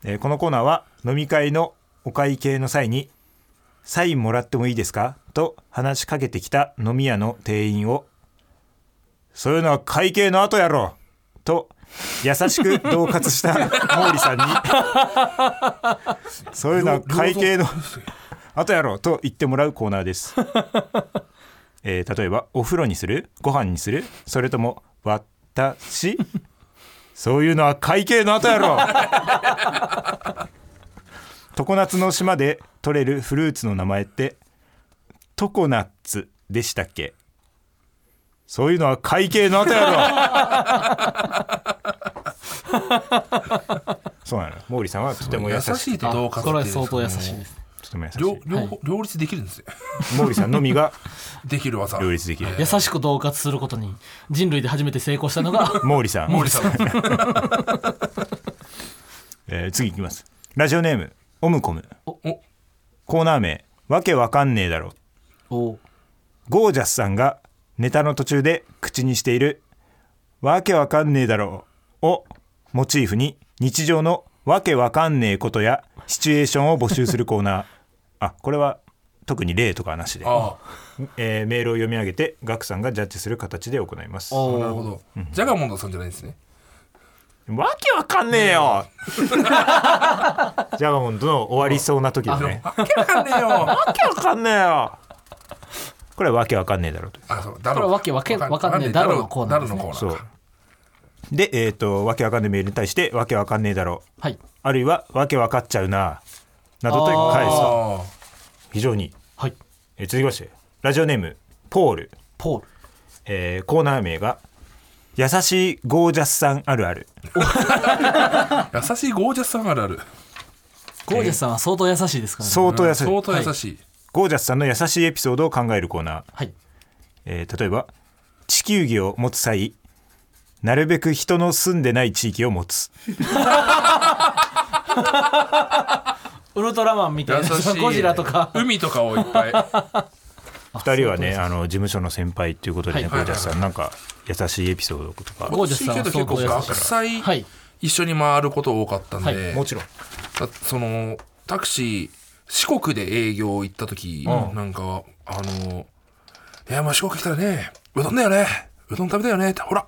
Speaker 2: えーこのコーナーは飲み会のお会計の際に「サインもらってもいいですか?」と話しかけてきた飲み屋の店員を「そういうのは会計の後やろ!」と優しく恫喝した毛利さんに「そういうのは会計の後やろ!」と言ってもらうコーナーです。えー例えば「お風呂にするご飯にするそれとも私?」そういうのは会計の後やろ常夏の島で採れるフルーツの名前って常夏でしたっけそういうのは会計の後 やろそうなの毛利さんはとても優
Speaker 4: 優
Speaker 2: し
Speaker 4: し
Speaker 2: い
Speaker 4: いとどうか
Speaker 3: これは相当優しいですね
Speaker 2: とても優しい
Speaker 4: 両両
Speaker 3: はい
Speaker 4: 方両立できるんですよ
Speaker 2: 毛利さんのみが
Speaker 4: できる技
Speaker 2: 両立できる
Speaker 3: 優しく恫喝することに人類で初めて成功したのが
Speaker 2: 毛利さん
Speaker 4: 毛利さん
Speaker 2: えー次いきますラジオネームオムコム
Speaker 4: お
Speaker 2: コーナー名わけわかんねえだろ
Speaker 3: お
Speaker 2: ゴージャスさんがネタの途中で口にしている「わけわかんねえだろう」をモチーフに日常のわけわかんねえことやシチュエーションを募集するコーナー あこれは特に例とかはなしで、
Speaker 4: あ
Speaker 2: えーメールを読み上げてガクさんがジャッジする形で行います
Speaker 4: あ
Speaker 2: わ
Speaker 4: なるほどジャガモンドさんじゃないんですね
Speaker 2: けわかんねえ よジャガモンドの終わりそうな時ですね
Speaker 4: わけわか んねえよ
Speaker 2: わけわかんねえよこれはわけわかんねえだろうと
Speaker 4: あそうだ
Speaker 3: これはわけわけわかんねえだろうのコーナーですね
Speaker 4: だろうのコー
Speaker 2: そ
Speaker 4: ナー
Speaker 2: う
Speaker 4: か
Speaker 2: でえっ、とわけわかんねえメールに対してわけわかんねえだろう
Speaker 3: はい
Speaker 2: あるいはわけわかっちゃうななどと返すと
Speaker 4: あ
Speaker 2: 非常にいい
Speaker 3: はい
Speaker 2: えー続きましてラジオネームポール、
Speaker 3: ポール
Speaker 2: えーコーナー名が「優しいゴージャスさんあるある
Speaker 4: あ優しいゴージャスさんあるある
Speaker 3: ゴージャスさんは相当優しいですからね
Speaker 2: 相当優しい、
Speaker 4: 相当優しい
Speaker 2: ゴージャスさんの優しいエピソードを考えるコーナー、
Speaker 3: はい
Speaker 2: えー例えば地球儀を持つ際なるべく人の住んでない地域を持つ
Speaker 3: ウルトラマンみたい
Speaker 4: 優
Speaker 3: な
Speaker 4: しい
Speaker 3: ゴジラとか
Speaker 4: 海とかをいっぱい
Speaker 2: 2人はねあの事務所の先輩ということでね、
Speaker 3: はい
Speaker 2: ゴージャスさんなんか優しいエピソードとか
Speaker 3: ゴージャスさんは
Speaker 4: 結
Speaker 3: 相
Speaker 4: 構
Speaker 3: 当優しい
Speaker 4: 学祭
Speaker 3: はい
Speaker 4: 一緒に回ること多かったんで、
Speaker 3: はい
Speaker 2: もちろん
Speaker 4: だそのタクシー四国で営業行った時、なんかはあの「いやまあ四国来たらねうどんだよねうどん食べたよね」って「ほら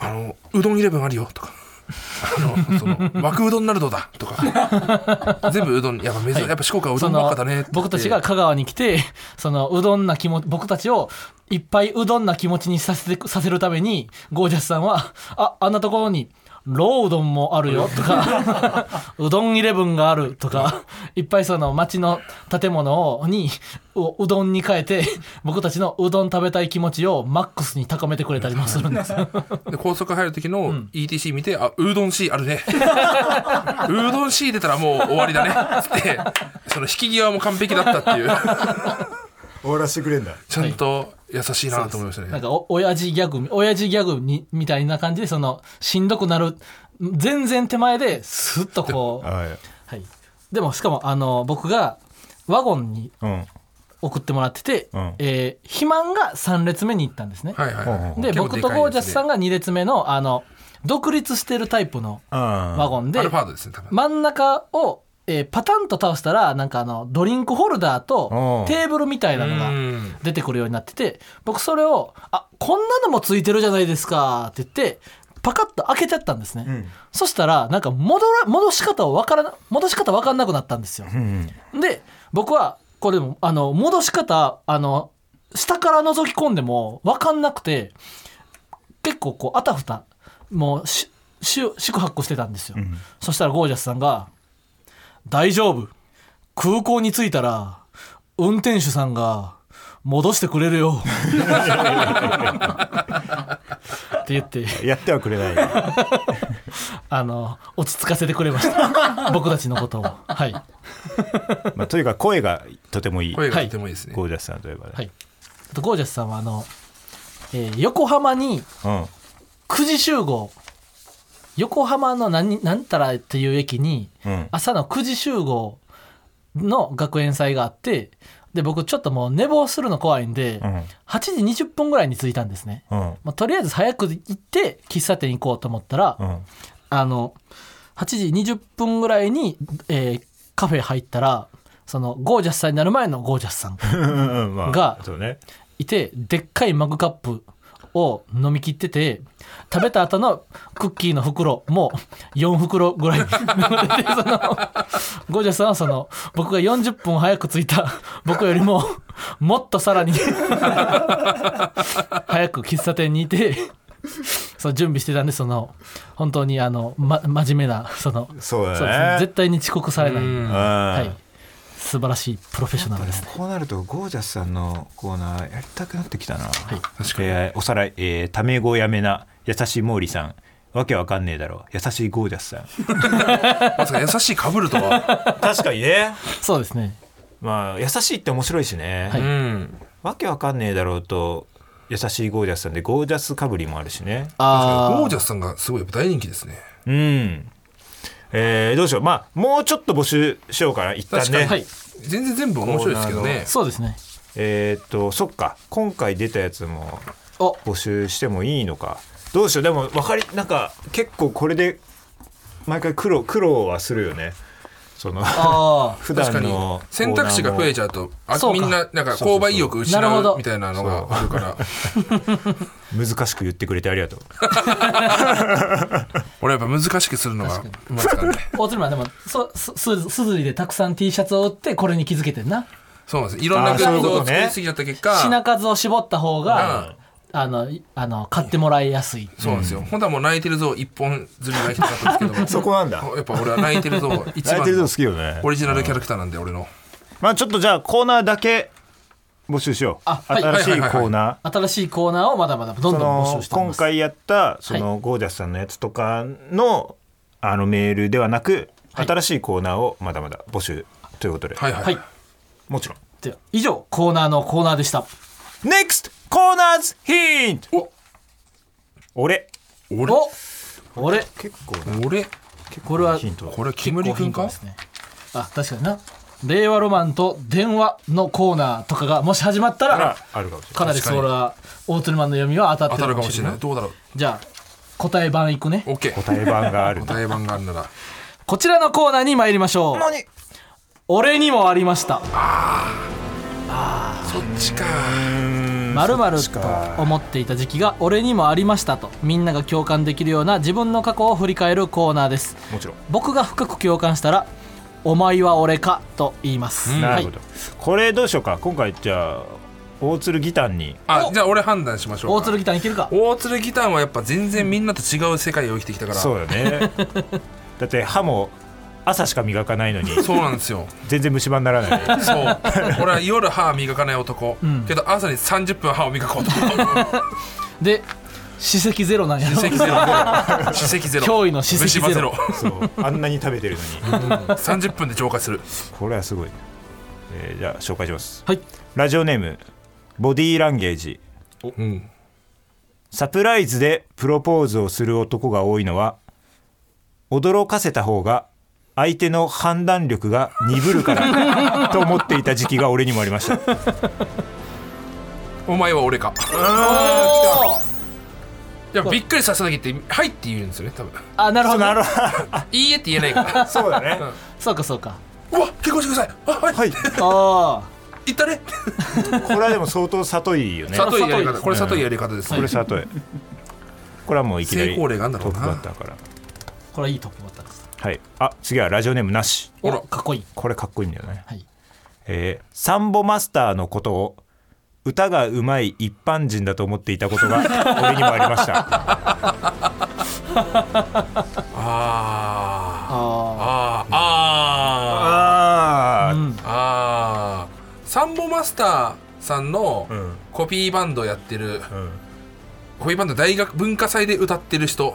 Speaker 4: あのうどんイレブンあるよ」とか「あのその枠うどんなるどだ」とか全部うどんやっぱ珍、やっぱ四国はうど
Speaker 3: そ
Speaker 4: んばっ
Speaker 3: の
Speaker 4: かだねって言って
Speaker 3: 僕たちが香川に来てそのうどんな気持ち僕たちをいっぱいうどんな気持ちにさせてさせるためにゴージャスさんはああんなところにローうどんもあるよと かうどんイレブンがあるとかいっぱいその町の建物をにううどんに変えて僕たちのうどん食べたい気持ちをマックスに高めてくれたりもするん ですよ
Speaker 4: で高速入る時の ETC 見て、あうどん C あるねうどん C 出たらもう終わりだねつってその引き際も完璧だったっていう
Speaker 2: 終わらせてくれんだ
Speaker 4: ちゃんと優しいなと思いましたね、
Speaker 3: なんかお親父ギャグ親父ギャグにみたいな感じでそのしんどくなる全然手前ですっとこう、
Speaker 2: はい
Speaker 3: はい、でもしかもあの僕がワゴンに
Speaker 2: うん
Speaker 3: 送ってもらってて、
Speaker 2: うん
Speaker 3: えー肥満が3列目に行ったんですね、
Speaker 4: はいはいはい、
Speaker 3: で僕とゴージャスさん
Speaker 4: が
Speaker 3: が2列目のあの独立してるタイプのワ
Speaker 2: あ
Speaker 3: ゴンで
Speaker 4: アルファードですね多分、
Speaker 3: 真ん中を、えーパタンと倒したらなんかあのドリンクホルダー
Speaker 2: う
Speaker 3: と
Speaker 2: ん
Speaker 3: テーブルみたいなの
Speaker 4: う
Speaker 3: が
Speaker 4: ん
Speaker 3: 出てくるようになってて僕それを「あこんなのもついてるじゃないですか」って言ってパカッと開けちゃったんですね、
Speaker 2: ん
Speaker 3: そしたらなんか戻ら戻し方をわからな戻し方わかんなくなったんですよ、
Speaker 2: うん
Speaker 3: で僕はこれでもあの戻し方あの下から覗き込んでも分かんなくて結構こうあたふたもうしし宿泊してたんですよ、そしたらゴージャスさんが「大丈夫空港に着いたら運転手さんが戻してくれるよ」って言って
Speaker 2: やってはくれない
Speaker 3: あの落ち着かせてくれました僕たちのことをはい
Speaker 2: まあとにかく声がとてもいい
Speaker 4: 声がとてもいいですね、
Speaker 2: ゴージャスさんといえばね、
Speaker 3: はい、あとゴージャスさんはあの、えー横浜に
Speaker 2: うん
Speaker 3: 9時集合横浜の何何たらっていう駅に
Speaker 2: うん
Speaker 3: 朝の9時集合の学園祭があってで僕ちょっともう寝坊するの怖いんで、
Speaker 2: うん
Speaker 3: 8時20分ぐらいに着いたんですね、
Speaker 2: うん
Speaker 3: まあ、とりあえず早く行って喫茶店行こうと思ったら、
Speaker 2: うん
Speaker 3: あの8時20分ぐらいに、えーカフェ入ったらそのゴージャスさんになる前のゴージャスさん
Speaker 2: うんうんまあ
Speaker 3: が
Speaker 2: そうね
Speaker 3: いてでっかいマグカップを飲み切ってて食べた後のクッキーの袋も4袋ぐらいでそのゴージャスさんはその僕が40分早く着いた僕よりももっとさらに早く喫茶店にいてそう準備してたんでその本当にあの、ま、真面目なその
Speaker 2: そうだね
Speaker 3: そうですね絶対に遅刻されない、
Speaker 4: うん
Speaker 2: は
Speaker 3: はい、素晴らしいプロフェッショナルですね。
Speaker 2: こうなるとゴージャスさんのコーナーやりたくなってきたな、はい、
Speaker 4: 確かに
Speaker 2: えーおさらい、えー、タメ語やめな優しい毛利さんわけわかんねえだろ優しいゴージャスさん
Speaker 4: まさか優しいかぶるとは
Speaker 2: 確かにね
Speaker 3: そうですね
Speaker 2: まあ優しいって面白いしね、
Speaker 3: は
Speaker 4: う
Speaker 3: い
Speaker 4: ん
Speaker 2: わけわかんねえだろうと優しいゴージャスさんでゴージャスかぶりもあるしね
Speaker 3: あー
Speaker 4: ゴージャスさんがすごいやっぱ大人気ですね
Speaker 2: うんえーどうしようまあもうちょっと募集しようかな一旦
Speaker 4: 確か
Speaker 2: ね、
Speaker 4: に、
Speaker 3: はい
Speaker 4: 全然全部面白いですけどね
Speaker 3: そうですね
Speaker 2: えーっとそっか今回出たやつも
Speaker 3: お
Speaker 2: 募集してもいいのかどうしようでも分かりなんか結構これで毎回苦労苦労はするよねその
Speaker 3: あ
Speaker 2: 普
Speaker 4: 確か
Speaker 2: 段
Speaker 4: に
Speaker 2: の
Speaker 4: 選択肢が増えち
Speaker 2: ゃ
Speaker 4: ゃうとあ
Speaker 3: そう
Speaker 4: み
Speaker 3: か
Speaker 4: んななんか購買意欲失
Speaker 3: なるほ
Speaker 4: う
Speaker 3: ど
Speaker 4: みたいなのがあるから
Speaker 2: う難しく言ってくれてありがとう
Speaker 4: 俺やっぱ難しくするのがうまいですからね
Speaker 3: あ大鶴間でもそすすすずりでたくさん T シャツを売ってこれに気づけてんな
Speaker 4: そうなんですいろんな
Speaker 2: あー
Speaker 4: グ
Speaker 2: そうい
Speaker 4: ッ
Speaker 2: う
Speaker 4: ズ
Speaker 2: こと
Speaker 4: を
Speaker 2: ね
Speaker 4: 作りすぎちゃった結果
Speaker 3: 品数を絞った方
Speaker 4: う
Speaker 3: が
Speaker 4: ん
Speaker 3: あのいあの買ってもらいやすい
Speaker 4: そうなんですよ、本当はもう泣いてるぞ一本釣りが必要だったんですけど
Speaker 2: そこなん だ
Speaker 4: やっぱ俺は泣いてるぞ一
Speaker 2: 泣い
Speaker 4: 番
Speaker 2: てるの好きよね
Speaker 4: オリジナルキャラクターなんで俺の
Speaker 2: まあちょっとじゃあコーナーだけ募集しよう
Speaker 3: あはい
Speaker 2: 新しい
Speaker 4: はいはいはいはい
Speaker 2: コーナー
Speaker 3: 新しいコーナーをまだまだど
Speaker 2: そ
Speaker 3: んどん募
Speaker 2: の
Speaker 3: 集していま
Speaker 2: 今
Speaker 3: す
Speaker 2: 回やったそのゴージャスさんのやつとかのあのメールではなく
Speaker 3: はい
Speaker 2: 新しいコーナーをまだまだ募集ということで
Speaker 4: はいはい、
Speaker 3: はい
Speaker 2: もちろん
Speaker 3: では以上コーナーのコーナーでした
Speaker 2: NEXT コーナーズヒント
Speaker 4: お
Speaker 2: 俺
Speaker 4: 俺
Speaker 3: お俺
Speaker 2: 結構
Speaker 4: 俺
Speaker 3: これは
Speaker 2: ヒント
Speaker 4: これは煙くんか
Speaker 3: 結構ヒントですねあ確かにな令和ロマンと電話のコーナーとかがもし始まったら
Speaker 2: あるかもしれない
Speaker 3: かなりそれは大鶴マンの読みは当たっ
Speaker 4: 当
Speaker 3: て
Speaker 4: た
Speaker 3: る
Speaker 4: る
Speaker 3: か
Speaker 4: か
Speaker 3: も
Speaker 4: も
Speaker 3: し
Speaker 4: し
Speaker 3: れ
Speaker 4: れ
Speaker 3: ない
Speaker 4: ないどうだろう
Speaker 3: じゃあ答え版いくね
Speaker 4: OK
Speaker 2: 答え版があ る
Speaker 4: 答え版があるなら
Speaker 3: こちらのコーナーに参りましょう俺にもありました
Speaker 4: そっちか
Speaker 3: まるまると思っていた時期が俺にもありましたとみんなが共感できるような自分の過去を振り返るコーナーです
Speaker 2: もちろん
Speaker 3: 僕が深く共感したら「お前は俺か」と言います、
Speaker 2: な
Speaker 3: は
Speaker 2: る
Speaker 3: い
Speaker 2: ほどこれどうしようか今回じゃあ大鶴ギタンに
Speaker 4: あじゃあ俺判断しましょう
Speaker 3: 大
Speaker 4: か
Speaker 3: 鶴ギターいけるか
Speaker 4: 大鶴ギターはやっぱ全然みんなと違う世界を生きてきたから、
Speaker 2: そうだねだって歯も朝しか磨かないのに
Speaker 4: そうなんですよ
Speaker 2: 全然虫歯にならない
Speaker 4: そう俺は夜歯磨かない男、けど朝に30分歯を磨く男
Speaker 3: で歯石ゼロなんやろ
Speaker 4: 歯石ゼロ歯石ゼロ
Speaker 3: 驚異の歯石ゼロ
Speaker 4: 虫歯ゼロ
Speaker 2: そうあんなに食べてるのに
Speaker 4: 30分で浄化する
Speaker 2: これはすごい、えーじゃあ紹介します
Speaker 3: はい
Speaker 2: ラジオネームボディーランゲージ
Speaker 4: うん
Speaker 2: サプライズでプロポーズをする男が多いのは驚かせた方が相手の判断力が鈍るから と思っていた時期が俺にもありました
Speaker 4: お前は俺かいやびっくりさせた時って「はい」って言うんですよね多分
Speaker 3: あなるほど
Speaker 2: なる
Speaker 4: 「いいえ」って言えないから
Speaker 2: そうだね
Speaker 3: そうかそうか
Speaker 4: 「うわ結婚してくださ い」あ「はい」
Speaker 2: はい
Speaker 3: あ
Speaker 4: 言ったね
Speaker 2: これはでも相当里いよね
Speaker 4: 砂糖いや
Speaker 3: 砂糖
Speaker 4: り
Speaker 3: いいです
Speaker 4: 方
Speaker 3: ね
Speaker 4: これ砂糖いやり方です
Speaker 2: これ
Speaker 4: ね
Speaker 2: 里へこれはもういきなり
Speaker 4: 成功例があんだろうな
Speaker 2: トップバッターから
Speaker 3: あこれはいいトップバッターです
Speaker 2: はいあ次はラジオネームなし
Speaker 4: あら
Speaker 3: おかっこいい
Speaker 2: これかっこいいんだよね、
Speaker 3: はい
Speaker 2: えーサンボマスターのことを歌がうまい一般人だと思っていたこと が俺にもありましたあ
Speaker 3: あ
Speaker 4: あーあーあ
Speaker 2: ー
Speaker 4: ーあーサンボマスターさんの
Speaker 2: ん
Speaker 4: コピーバンドやってる
Speaker 2: うん
Speaker 4: コピーバンド大学文化祭で歌ってる人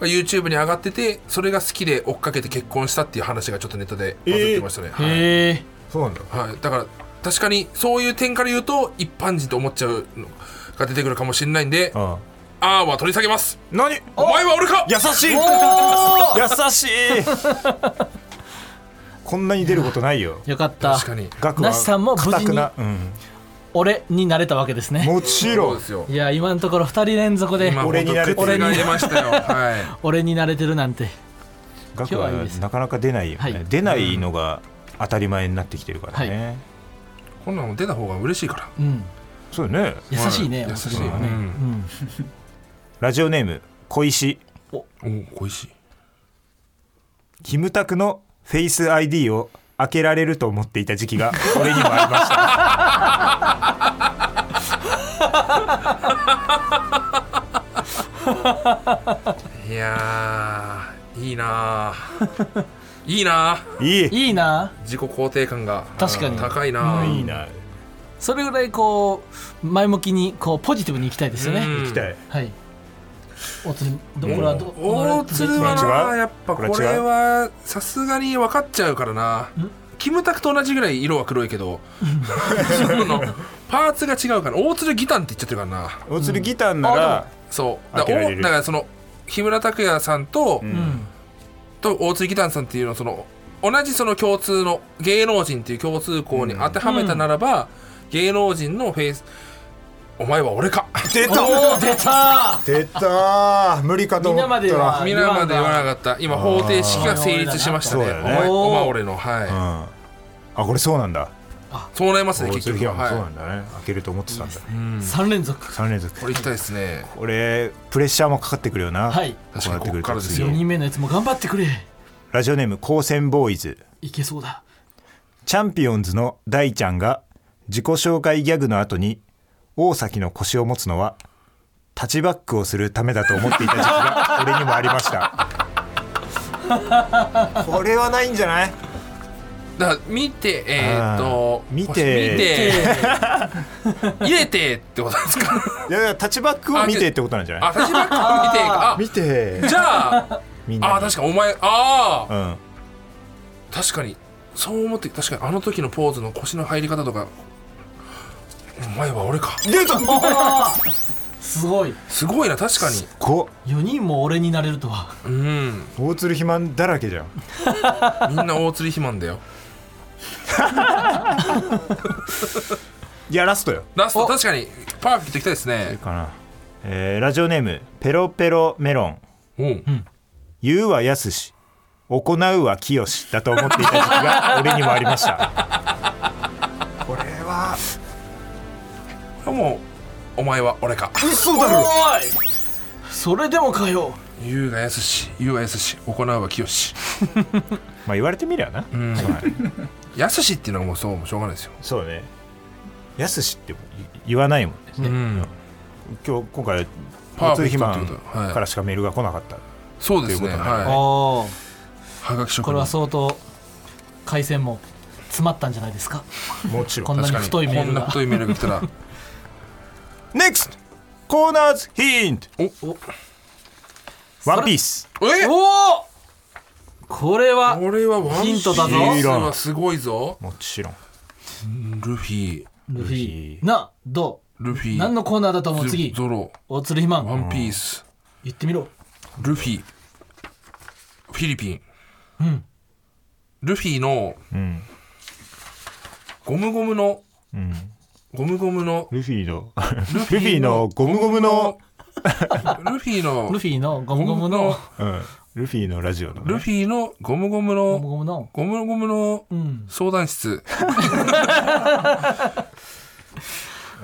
Speaker 4: が YouTube に上がっててそれが好きで追っかけて結婚したっていう話がちょっとネットでバズってましたね、
Speaker 3: あへえ
Speaker 2: そうなんだ
Speaker 4: はい、はい、だから確かにそういう点から言うと一般人と思っちゃうのが出てくるかもしれないんで
Speaker 2: あ
Speaker 4: 「あ」は取り下げます
Speaker 2: 何優
Speaker 4: お前は俺か
Speaker 2: しい優しい こんなに出ることないよ
Speaker 3: よかった
Speaker 4: 確かに
Speaker 2: 額
Speaker 3: なしさんも無事に
Speaker 2: 固くなうん
Speaker 3: 俺になれたわけですね
Speaker 2: もち
Speaker 4: そ
Speaker 2: ろ
Speaker 4: うんですよ
Speaker 3: いや今のところ2人連続で
Speaker 4: 今
Speaker 2: 俺になれてる
Speaker 4: 俺に出ました よは
Speaker 3: 俺になれてるなんて
Speaker 2: 額
Speaker 3: 今
Speaker 2: は
Speaker 3: 日はいいです
Speaker 2: なかなか出ないよね、
Speaker 3: はい
Speaker 2: 出ないのが当たり前になってきてるからね、
Speaker 4: いこんなの出た方が嬉しいから
Speaker 3: うん
Speaker 2: そうよね
Speaker 3: 優しいね
Speaker 4: は優
Speaker 3: お寿
Speaker 4: しい
Speaker 3: 司は
Speaker 4: ね、
Speaker 3: ね
Speaker 2: ラジオネーム小石
Speaker 4: うん、おおいしい
Speaker 2: キムタクのフェイス ID を開けられると思っていた時期が 俺にもありました
Speaker 4: いやーいいなー いいなー
Speaker 2: いい
Speaker 3: いいな
Speaker 4: 自己肯定感が
Speaker 3: 確かに
Speaker 4: うん高いなー、
Speaker 2: いいな
Speaker 3: それぐらいこう前向きにこうポジティブにいきたいですよね
Speaker 4: うん
Speaker 2: 行きたい
Speaker 3: はいおつりどこれはど
Speaker 4: 大鶴は
Speaker 2: これは違
Speaker 4: な
Speaker 2: う
Speaker 4: やっぱこれ
Speaker 2: これは違う
Speaker 4: はさすがに分かっちゃうからなキムタクと同じぐらい色は黒い けどそのパーツが違うから大鶴ギタンって言っちゃってるからな
Speaker 2: お釣りギターなら
Speaker 4: そう
Speaker 2: 開
Speaker 4: だ
Speaker 2: け
Speaker 4: か
Speaker 2: れ
Speaker 4: らら
Speaker 2: る
Speaker 4: おだからその木村拓哉さんと,、
Speaker 3: うん
Speaker 4: と大鶴ギタンさんっていうのをその同じその共通の芸能人っていう共通項に当てはめたならば、芸能人のフェイスお前は俺か
Speaker 2: 出
Speaker 3: おー出た
Speaker 2: 出たー無理かと思った
Speaker 3: みんなまでは
Speaker 4: 皆まで言わなかった今方程式が成立しましたね
Speaker 2: あーそうだよね
Speaker 4: お前お前俺のはい、
Speaker 2: うん、あこれそうなんだ
Speaker 4: そうなりますね
Speaker 2: 大
Speaker 4: 結
Speaker 2: 鶴
Speaker 4: 局
Speaker 2: ギタ
Speaker 4: は、
Speaker 2: ーもそうな
Speaker 4: は
Speaker 2: んだね、開けると思ってたんだ
Speaker 3: 3連続
Speaker 2: 三連続
Speaker 4: い、これ行きたいですね
Speaker 2: これプレッシャーもかかってくるよな
Speaker 3: はい
Speaker 4: 確か
Speaker 2: こうや
Speaker 4: に
Speaker 2: ってくると
Speaker 4: こっからですよ
Speaker 3: 4人目のやつも頑張ってくれ
Speaker 2: ラジオネーム高専ボーイズ
Speaker 3: いけそうだ
Speaker 2: チャンピオンズの大ちゃんが自己紹介ギャグの後に大崎の腰を持つのはタッチバックをするためだと思っていた時期が俺にもありま したこれはないんじゃない
Speaker 4: だから見てえーっと
Speaker 2: あー見て
Speaker 4: こ 見て入れてってことなんですか
Speaker 2: いやいやタッチバックを見てってことなんじゃな
Speaker 4: あ
Speaker 2: い
Speaker 4: 立場見てあ
Speaker 2: 見て
Speaker 4: じゃあ
Speaker 2: みんな
Speaker 4: あー確かにお前ああ
Speaker 2: うん
Speaker 4: 確かにそう思って確かにあの時のポーズの腰の入り方とかお前は俺か
Speaker 2: 出た
Speaker 3: すごい
Speaker 4: すごいな確かに
Speaker 2: こ
Speaker 3: 4人も俺になれるとは
Speaker 4: うん
Speaker 2: 大鶴肥満だらけじゃん
Speaker 4: みんな大釣り肥満だよ
Speaker 2: いやラストよ
Speaker 4: ラスト確かにパーフェクトいきたいですね
Speaker 2: かな、えーラジオネームペロペロメロン
Speaker 4: うん
Speaker 2: 言うはやすし行うはきよしだと思っていた時期が俺にもありましたこれは
Speaker 4: もうお前は俺か
Speaker 2: 嘘だろ
Speaker 3: それでもかよ
Speaker 4: 言うがやすし言うはやすし行うはきよし
Speaker 2: まあ言われてみりゃな、
Speaker 4: ん
Speaker 2: はい
Speaker 4: やすしっていうのがもうそうもうしょうがないですよ
Speaker 2: そうねやすしって言わないもんね
Speaker 4: うん、
Speaker 2: 今日今回
Speaker 4: パーフ
Speaker 2: 交
Speaker 4: ェ
Speaker 2: 通肥
Speaker 4: クトって
Speaker 2: 満
Speaker 4: ことはい
Speaker 2: からしかメールが来なかった、
Speaker 4: そうですね
Speaker 2: ということになる
Speaker 4: は
Speaker 3: おー
Speaker 4: いはがき職人
Speaker 3: これは相当回線も詰まったんじゃないですか
Speaker 2: もちろ
Speaker 3: こ
Speaker 2: ん
Speaker 3: んなに
Speaker 4: 確かに
Speaker 3: 太いメー
Speaker 4: こ
Speaker 3: ル
Speaker 4: んな
Speaker 3: が
Speaker 4: 太いメールが来 たら
Speaker 2: NEXT コーナーズヒント
Speaker 4: おお
Speaker 2: ワンピース
Speaker 4: え
Speaker 3: おおこれは
Speaker 4: これはワン
Speaker 3: ヒントだぞ
Speaker 4: ピースはすごいぞ
Speaker 2: もちろん
Speaker 4: ルフィ
Speaker 3: ルフ
Speaker 2: ィ
Speaker 3: ィなど
Speaker 4: ルフ
Speaker 3: う
Speaker 4: ィ
Speaker 3: 何のコーナーだと思う次
Speaker 4: ゾロ
Speaker 3: 大鶴ひま
Speaker 4: ワ
Speaker 3: ん
Speaker 4: ンピース
Speaker 3: 言ってみろ
Speaker 4: ルフィフィリピン
Speaker 3: うん
Speaker 4: ルフィの
Speaker 2: うん
Speaker 4: ゴムゴムの
Speaker 2: うん
Speaker 4: ゴムゴムの
Speaker 2: ルフィのルフィのゴムゴムの、
Speaker 4: ルフィの
Speaker 3: ルフィのゴムゴムの
Speaker 2: うん、ルフィのラジオの、ね、
Speaker 4: ルフィのゴムゴム
Speaker 3: ゴム
Speaker 4: の
Speaker 3: ゴムの
Speaker 4: ゴムゴムの
Speaker 3: うん
Speaker 4: 相談室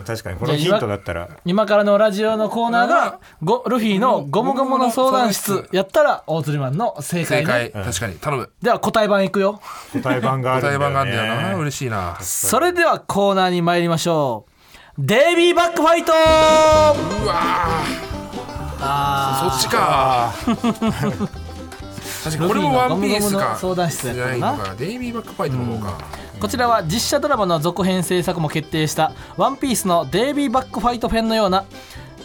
Speaker 2: 確かにこのヒントだったら
Speaker 3: 今からのラジオのコーナーがゴルフィのゴムゴムの相談
Speaker 4: ゴムゴムの相談
Speaker 3: 室
Speaker 4: 室
Speaker 3: やったら大鶴ひまんの正
Speaker 4: 正
Speaker 3: 解
Speaker 4: 解
Speaker 3: ね
Speaker 4: 確かに頼む
Speaker 3: では答え版いくよ
Speaker 2: 答え版があるんだ
Speaker 4: 答え
Speaker 2: よ、ね、
Speaker 4: 版があるんだよな嬉しいな
Speaker 3: それではコーナーに参りましょうデイビーバックファイト
Speaker 4: うわーそっちか確かにこれもワンピースか
Speaker 3: 相談室やっ
Speaker 4: じ
Speaker 3: た
Speaker 4: ゃな
Speaker 3: ない
Speaker 4: のかデイビーバックファイトの方か
Speaker 3: こちらは実写ドラマの続編制作も決定した「ワンピースのデイビーバックファイト編のような、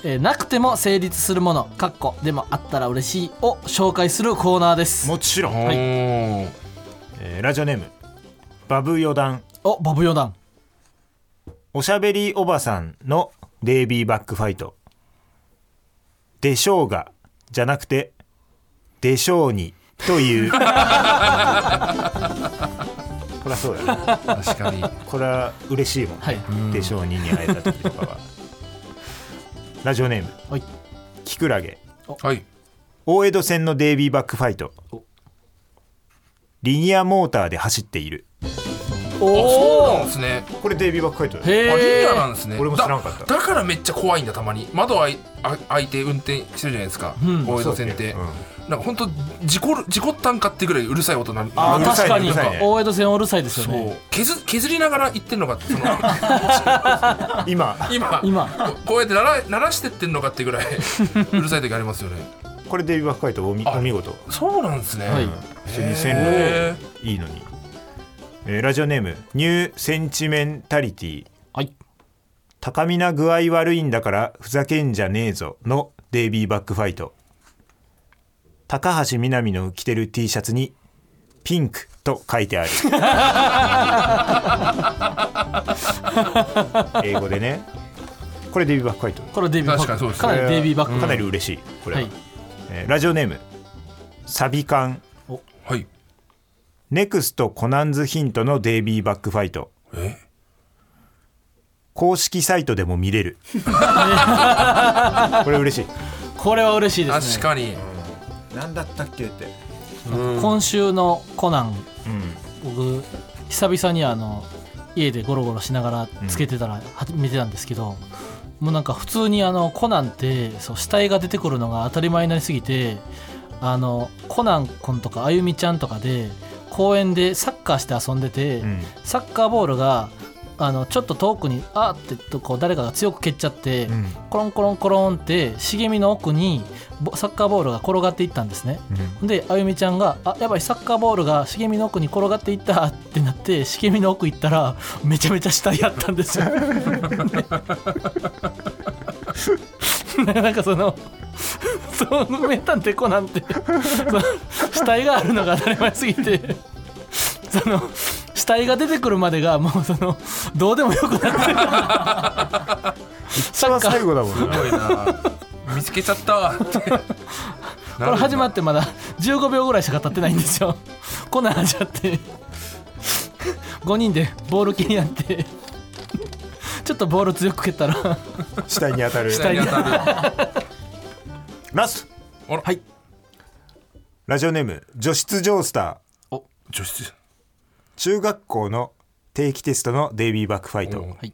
Speaker 3: えーなくても成立するものかっこでもあったら嬉しいを紹介するコーナーです
Speaker 2: もちろん、
Speaker 4: おー
Speaker 2: えーラジオネームバブヨダン
Speaker 3: おバブヨダン
Speaker 2: おしゃべりおばさんのデイビーバックファイト。でしょうが、じゃなくて、でしょうに、という。これはそうだね。
Speaker 4: 確かに
Speaker 2: これは嬉しいもん、ね
Speaker 3: はい
Speaker 2: でしょうにに会えた時とかは。ラジオネーム、
Speaker 3: はい
Speaker 2: きくらげ。
Speaker 4: はい
Speaker 2: 大江戸線のデイビーバックファイト。リニアモーターで走っている。
Speaker 3: お
Speaker 4: あそうなん
Speaker 3: お
Speaker 4: ですね
Speaker 2: これデイビーバックファイトだよ。
Speaker 4: あリ
Speaker 3: へえ
Speaker 4: ニアなんですね
Speaker 2: 俺も知らんかった
Speaker 4: だだからめっちゃ怖いんだたまに窓あいあ開いて運転してるじゃないですか
Speaker 3: ん
Speaker 4: 大江戸線って
Speaker 2: そうだっ
Speaker 4: なんか本当事故る事故ったんかってぐらいうるさい音なる
Speaker 3: あ
Speaker 2: う
Speaker 3: ー
Speaker 2: るさ
Speaker 3: 確
Speaker 2: い
Speaker 3: かに
Speaker 2: うるさいね
Speaker 3: 大江戸線うるさいですよ
Speaker 4: そう
Speaker 3: ね
Speaker 4: 削削りながら行ってんのかってその
Speaker 2: 今、
Speaker 4: 今
Speaker 3: 今
Speaker 4: ここうやって鳴ら鳴らしてってんのかってぐらいうるさい時ありますよね
Speaker 2: これデイビーバックファイトおみお見事。
Speaker 4: そうなんですね、
Speaker 3: はい
Speaker 2: 普通に線路
Speaker 4: へー
Speaker 2: いいのに、えーラジオネームニューセンチメンタリティ
Speaker 3: はい
Speaker 2: 高みな具合悪いんだからふざけんじゃねえぞのデイビーバックファイト高橋みなみの着てる T シャツにピンクと書いてある 英語でねこれデイビーバックファイト
Speaker 3: これデイビーバッ
Speaker 4: 確かにそうで
Speaker 3: ク
Speaker 4: すね
Speaker 3: かなりデイビーバック、
Speaker 2: かなり嬉しいこれは、
Speaker 3: はい
Speaker 2: えーラジオネームサビカン
Speaker 4: はい
Speaker 2: ネクストコナンズヒントのデイビーバックファイト
Speaker 4: え
Speaker 2: 公式サイトでも見 れるこれ嬉しい
Speaker 3: これは嬉しいです
Speaker 4: 確
Speaker 3: ね
Speaker 4: かに、
Speaker 2: 何だったっけって
Speaker 3: 今週のコナン
Speaker 2: うん
Speaker 3: 僕久々にあの家でゴロゴロしながらつけてたら、は見てたんですけどもうなんか普通にあのコナンってそう死体が出てくるのが当たり前になりすぎてあのコナン君とかあゆみちゃんとかで公園でサッカーして遊んでて、
Speaker 2: うん
Speaker 3: サッカーボールがあのちょっと遠くにあーってとこう誰かが強く蹴っちゃって、
Speaker 2: うん
Speaker 3: コロンコロンコロンって茂みの奥にぼサッカーボールが転がっていったんですね。であゆみちゃんが「あやばいサッカーボールが茂みの奥に転がっていった」ってなって茂みの奥行ったらめちゃめちゃ死体やったんですよ。 なんかそのその名探偵コナンってその死体があるのが当たり前すぎてその死体が出てくるまでがもうそのどうでもよくなって る
Speaker 2: 一番最後だもん
Speaker 4: す
Speaker 2: な
Speaker 4: ごいな見つけちゃったって
Speaker 3: これ始ま
Speaker 4: っ
Speaker 3: ってまだ15秒ぐらいしか経ってないんですよこんなん始まって5人でボール気になってちょっとボール強く蹴ったら
Speaker 2: 死体に当たる
Speaker 3: 体に
Speaker 4: 当たる
Speaker 2: ラスト
Speaker 4: あらはい
Speaker 2: ラジオネーム女子ジョースター
Speaker 4: お除湿
Speaker 2: 中学校の定期テストのデイビーバックファイト、
Speaker 4: はい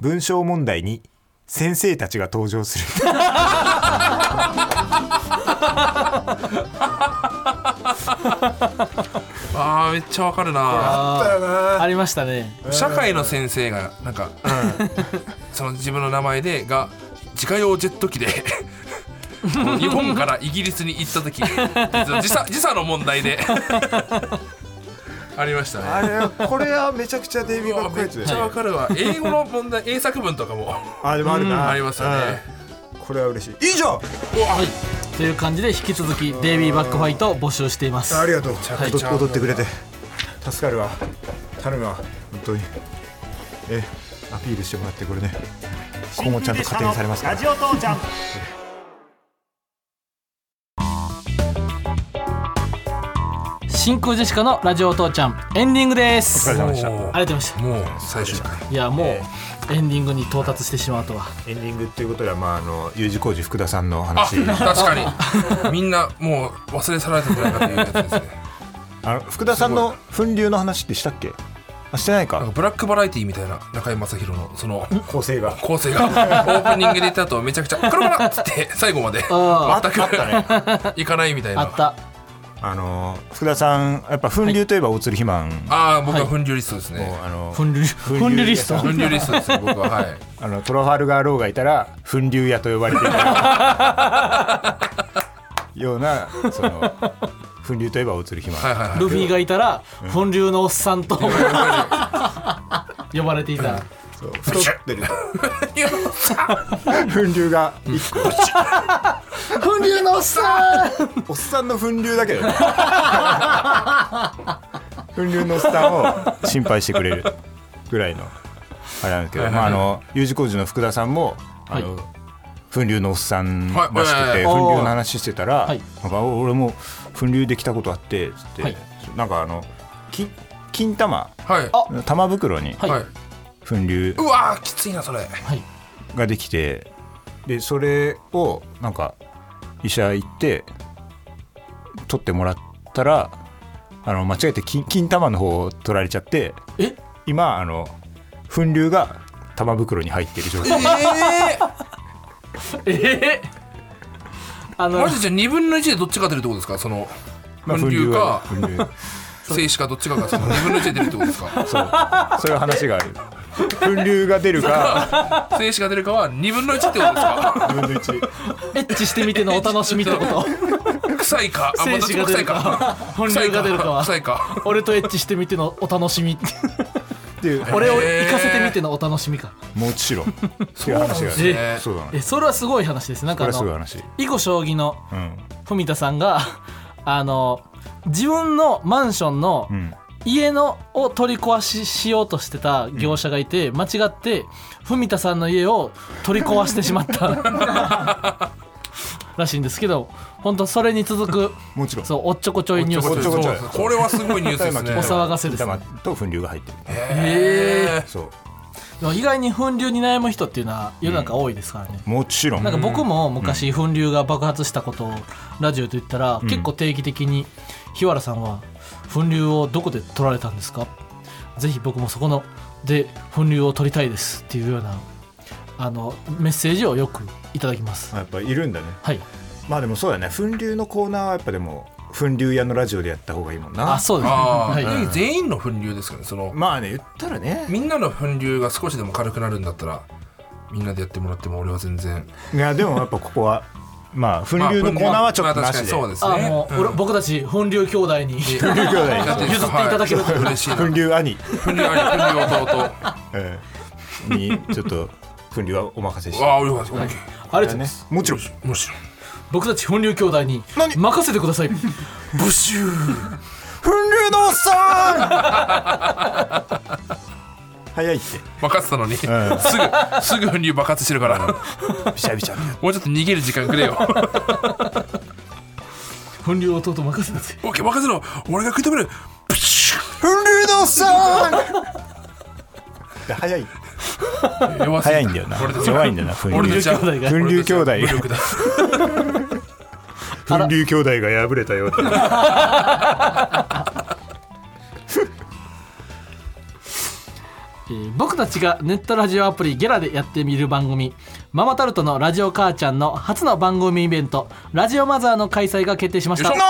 Speaker 2: 文章問題に先生たちが登場する
Speaker 4: ああーめっちゃわかるな
Speaker 2: あったよな
Speaker 3: ありましたね
Speaker 4: 社会の先生がなんか、 その自分の名前でが自家用ジェッ ト機で日本からイギリスに行った時時差時差の問 題でありましたね
Speaker 2: あれこれはめちゃくちゃデイビー・
Speaker 4: う
Speaker 2: バ
Speaker 4: わ
Speaker 2: ック
Speaker 4: め
Speaker 2: や
Speaker 4: っ
Speaker 2: つだ
Speaker 4: ちゃ
Speaker 2: よ
Speaker 4: わかるわ英語の問題英作文とかも
Speaker 2: あでもあるな、
Speaker 4: ありますよね
Speaker 2: うんこれは嬉しい以上
Speaker 3: はいという感じで引き続きデイビーバックファイトを募集しています
Speaker 2: ありがとう
Speaker 3: い
Speaker 2: 踊踊ってくれて助かるわ頼むわ本当にえアピールしてもらってこれね今後ちゃんと加点されますから
Speaker 6: ラジオ父ちゃん
Speaker 3: 真空ジェシカのラジオ父ちゃんエンディングです
Speaker 2: お疲れ様
Speaker 4: も
Speaker 2: でした
Speaker 4: う
Speaker 3: ありがとうございまし
Speaker 4: もう最終回
Speaker 3: たいやもうエンディングに到達してしまうとは
Speaker 2: エンディングっていうことではまああの U 字工事福田さんの
Speaker 4: あ
Speaker 2: 話
Speaker 4: 確かにみんなもう忘れ去られたくないかというやつですね
Speaker 2: あの福田さんの粉流の話ってしたっけあしてない
Speaker 4: なん
Speaker 2: か
Speaker 4: かブラックバラエティみたいな中居正広のその
Speaker 2: 構成が
Speaker 4: 構成がオープニングで言った後めちゃくちゃ「コロコロ!」っつって最後まで
Speaker 3: あ
Speaker 4: 全くいかないみたい
Speaker 3: あ
Speaker 4: な
Speaker 3: あった
Speaker 2: あの福田さんやっぱ粉流といえば大鶴肥満
Speaker 4: ああ僕は粉流リストですね、
Speaker 2: もうあの
Speaker 3: フンリフンリリスト
Speaker 4: 粉流リストですよ僕ははい
Speaker 2: あのトロファルガーローがいたら粉流屋と呼ばれていた ようなその粉流といえば大鶴肥
Speaker 4: はい
Speaker 2: 満
Speaker 4: はいはい
Speaker 3: ルフィがいたら本流のおっさんと 呼ばれていた
Speaker 2: そう太ってる粉流が一個
Speaker 3: 本流のおっさん
Speaker 2: おっさんの粉流だけど ね粉流のおっさんを心配してくれるぐらいのあれなんですけど、まあ、あの U 字工事の福田さんもあの、粉流のおっさんらしくて、
Speaker 4: はいはいはい
Speaker 2: 粉流の話してたら、
Speaker 3: はい
Speaker 2: なんかお俺も粉流できたことあってつって、
Speaker 3: はい
Speaker 2: なんかあのき金玉
Speaker 4: はい
Speaker 3: あ
Speaker 2: 玉袋に
Speaker 3: は
Speaker 4: はいい、
Speaker 2: 粉流
Speaker 4: うわーきついなそれ
Speaker 3: はい
Speaker 2: ができてでそれをなんか医者行って取ってもらったらあの間違えて金金玉の方を取られちゃって
Speaker 3: え
Speaker 2: 今あの粉瘤が玉袋に入ってる状態
Speaker 4: えー、
Speaker 3: えあの
Speaker 4: マジじゃ2分の1でどっちか出るってことですかその
Speaker 2: まあ
Speaker 4: 粉流か
Speaker 2: 粉瘤は粉
Speaker 4: 静止かどっちかがその2分の1で出るってことですか
Speaker 2: 瘤そうそういう話がある粉瘤が出る か
Speaker 4: 静止が出るかは2分の1ってことですか
Speaker 2: 2分の1
Speaker 3: エッチしてみてのお楽しみって こと
Speaker 4: 臭いかあ
Speaker 3: 精
Speaker 4: また
Speaker 3: 子が出
Speaker 4: 臭
Speaker 3: る
Speaker 4: いか
Speaker 3: か本流が出るかは
Speaker 4: 臭いか
Speaker 3: 俺とエッチしてみてのお楽し み
Speaker 2: っていう
Speaker 3: 俺を行かせてみてのお楽しみか
Speaker 2: もちろん そういう話がある
Speaker 4: えー
Speaker 2: そうだ
Speaker 3: え
Speaker 2: ね
Speaker 3: それはすごい話ですなん
Speaker 2: こ
Speaker 3: かあ
Speaker 2: れはすごい
Speaker 3: の
Speaker 2: 話
Speaker 3: 囲碁将棋の
Speaker 2: うん
Speaker 3: 文田さんが あの自分のマンションの
Speaker 2: うん
Speaker 3: 家のを取り壊ししようとしてた業者がいて、間違って文田さんの家を取り壊してしまった らしいんですけど本当それに続く
Speaker 2: もちろん
Speaker 3: そうおっちょこちょいニュー
Speaker 2: おっ
Speaker 3: ス
Speaker 2: ちょこちょい
Speaker 4: そうこれはすごいニュースですね
Speaker 3: お騒がせですね
Speaker 2: 金玉と粉瘤が入ってる
Speaker 4: え
Speaker 2: そう
Speaker 3: でも意外に粉流に悩む人っていうのは世の中多いですからね、
Speaker 2: もちろん
Speaker 3: なんか僕も昔粉流が爆発したことをラジオで言ったら、結構定期的に日原さんは「粉流をどこで取られたんですか?」ぜひ僕もそこので粉流を取りたいですっていうようなあのメッセージをよくいただきます
Speaker 2: あやっぱいるんだね
Speaker 3: はい
Speaker 2: まあでもそうだね粉流のコーナーはやっぱでも粉流屋のラジオでやった方がいいもんな
Speaker 3: あそうですね
Speaker 4: あ
Speaker 3: は
Speaker 4: あ、
Speaker 3: い、
Speaker 4: え全員の粉流ですかねその
Speaker 2: まあね言ったらね
Speaker 4: みんなの粉流が少しでも軽くなるんだったらみんなでやってもらっても俺は全然
Speaker 2: いやでもやっぱここは まあ粉流のコーナーはちょっとなしで
Speaker 4: まあ確かにそう
Speaker 3: あ
Speaker 4: ですね
Speaker 3: もう、俺僕たち粉流兄弟に
Speaker 2: 粉流兄弟
Speaker 3: 譲っていただけると
Speaker 4: はい嬉しいな
Speaker 2: 粉
Speaker 4: 粉流
Speaker 2: 流兄、
Speaker 4: 粉流弟
Speaker 2: ええにちょっと粉流はお任せし
Speaker 4: あ
Speaker 2: て
Speaker 4: あ俺はオッケ
Speaker 3: あれで
Speaker 2: ね
Speaker 3: す
Speaker 2: もちろん
Speaker 4: ーもちろん
Speaker 3: 僕たち粉流兄弟に
Speaker 2: 何
Speaker 3: 任せてください
Speaker 4: ブシュー
Speaker 2: 粉流のおっさん 早いって
Speaker 4: 爆発したのに、すぐすぐ粉流爆発してるから
Speaker 2: びしゃびしゃ
Speaker 4: もうちょっと逃げる時間くれ よ
Speaker 3: 粉流弟任せてください
Speaker 4: オッケー任せろ俺が食い止めるブシュー
Speaker 2: 粉流のおっさんで早い
Speaker 4: 弱す
Speaker 2: 早
Speaker 4: ぎた
Speaker 2: いんだよな
Speaker 4: 俺たちは
Speaker 2: 弱いんだよな粉
Speaker 4: 俺た
Speaker 2: 流
Speaker 4: ちは
Speaker 3: 粉流兄弟が
Speaker 2: 粉流兄弟
Speaker 4: 俺たちは無力だ
Speaker 2: 粉流兄弟が破れたよって
Speaker 3: えー僕たちがネットラジオアプリゲラでやってみる番組「ママタルトのラジオ母ちゃん」の初の番組イベント「ラジオマザー」の開催が決定しました
Speaker 4: よいしょ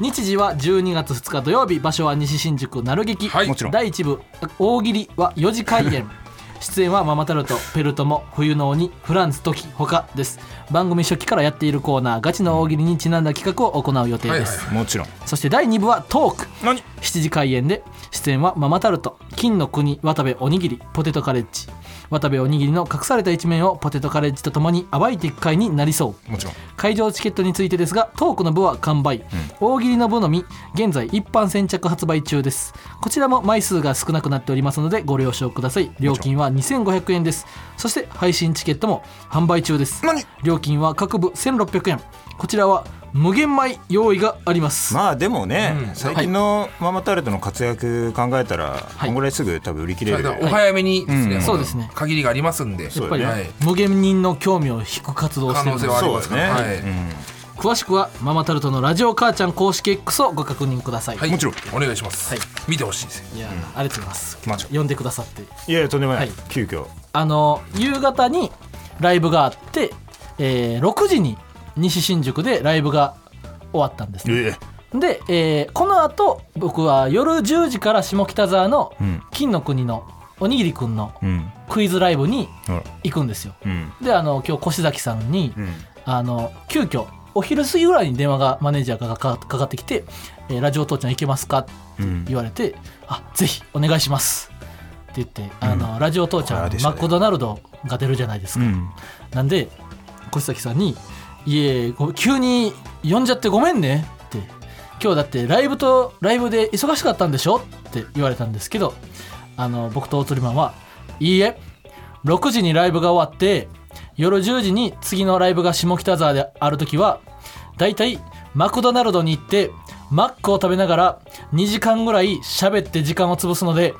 Speaker 3: 日時は12月2日土曜日場所は西新宿鳴劇、
Speaker 4: はいも
Speaker 8: ちろん
Speaker 3: 第1部大喜利は4時開演 出演はママタルトペルトモ冬の鬼フランツ時他です番組初期からやっているコーナーガチの大喜利にちなんだ企画を行う予定
Speaker 4: はい
Speaker 3: で
Speaker 4: はい
Speaker 3: す、
Speaker 4: は
Speaker 2: もちろん
Speaker 3: そして第2部はトーク
Speaker 2: 何
Speaker 3: 7時開演で出演はママタルト金の国渡部おにぎりポテトカレッジ渡部おにぎりの隠された一面をポテトカレッジとともに暴いていく回になりそう
Speaker 2: もちろん
Speaker 3: 会場チケットについてですがトークの部は完売、大喜利の部のみ現在一般先着発売中ですこちらも枚数が少なくなっておりますのでご了承ください料金は2500円ですそして配信チケットも販売中です料金は各部1600円こちらは無限米用意があります、
Speaker 2: まあでもね、
Speaker 4: うん
Speaker 2: 最近のママタルトの活躍考えたら、
Speaker 3: い
Speaker 2: こんぐらいすぐ多分売り切
Speaker 4: い
Speaker 2: れ
Speaker 4: はい
Speaker 2: る、
Speaker 4: だからお早めにですね、
Speaker 2: うん
Speaker 3: そうですね
Speaker 4: 限りがありますんで
Speaker 2: そう
Speaker 3: やっ
Speaker 2: だ
Speaker 3: ぱ
Speaker 2: よ
Speaker 3: り、
Speaker 2: ね
Speaker 4: はい
Speaker 3: 無限人の興味を引く活動をし
Speaker 4: 可
Speaker 3: てる
Speaker 4: 能
Speaker 3: ん
Speaker 4: 性
Speaker 3: で
Speaker 4: はあり
Speaker 2: そう
Speaker 4: ます
Speaker 2: だ
Speaker 4: から
Speaker 2: ね、
Speaker 3: 詳しくはママタルトのラジオ母ちゃん公式 X をご確認ください、、
Speaker 4: はいい、
Speaker 2: もちろん
Speaker 4: お願いします、
Speaker 3: はい
Speaker 4: 見てほしいですよ
Speaker 3: やー、ありがとうございます
Speaker 2: マジ
Speaker 3: 呼んでくださって
Speaker 2: いやいやとんでもない、
Speaker 3: はい
Speaker 2: 急遽
Speaker 3: あの夕方にライブがあって、えー6時に西新宿でライブが終わったんですね
Speaker 2: ええ
Speaker 3: で、えーこの後僕は夜10時から下北沢の
Speaker 2: ん
Speaker 3: 金の国のおにぎりくんの
Speaker 2: うん
Speaker 3: クイズライブに
Speaker 2: ほら
Speaker 3: 行くんですよ
Speaker 2: うん
Speaker 3: であの今日越崎さんに、
Speaker 2: うん
Speaker 3: あの急遽お昼過ぎぐらいに電話がマネージャーからかかかかってきて「えーラジオ父ちゃん行けますか?」って言われて「あぜひお願いします」って言ってあの、ラジオ父ち
Speaker 2: これ
Speaker 3: ゃ
Speaker 2: は
Speaker 3: ん
Speaker 2: でした
Speaker 3: マ
Speaker 2: ね
Speaker 3: クドナルドが出るじゃないですか、
Speaker 2: ん
Speaker 3: なんで越崎さんに「いえご急に呼んじゃってごめんね」って「今日だってライブとライブで忙しかったんでしょ?」って言われたんですけどあの僕と大鳥マンは「いいえ6時にライブが終わって夜10時に次のライブが下北沢である時はだいたいマクドナルドに行ってマックを食べながら2時間ぐらい喋って時間を潰すので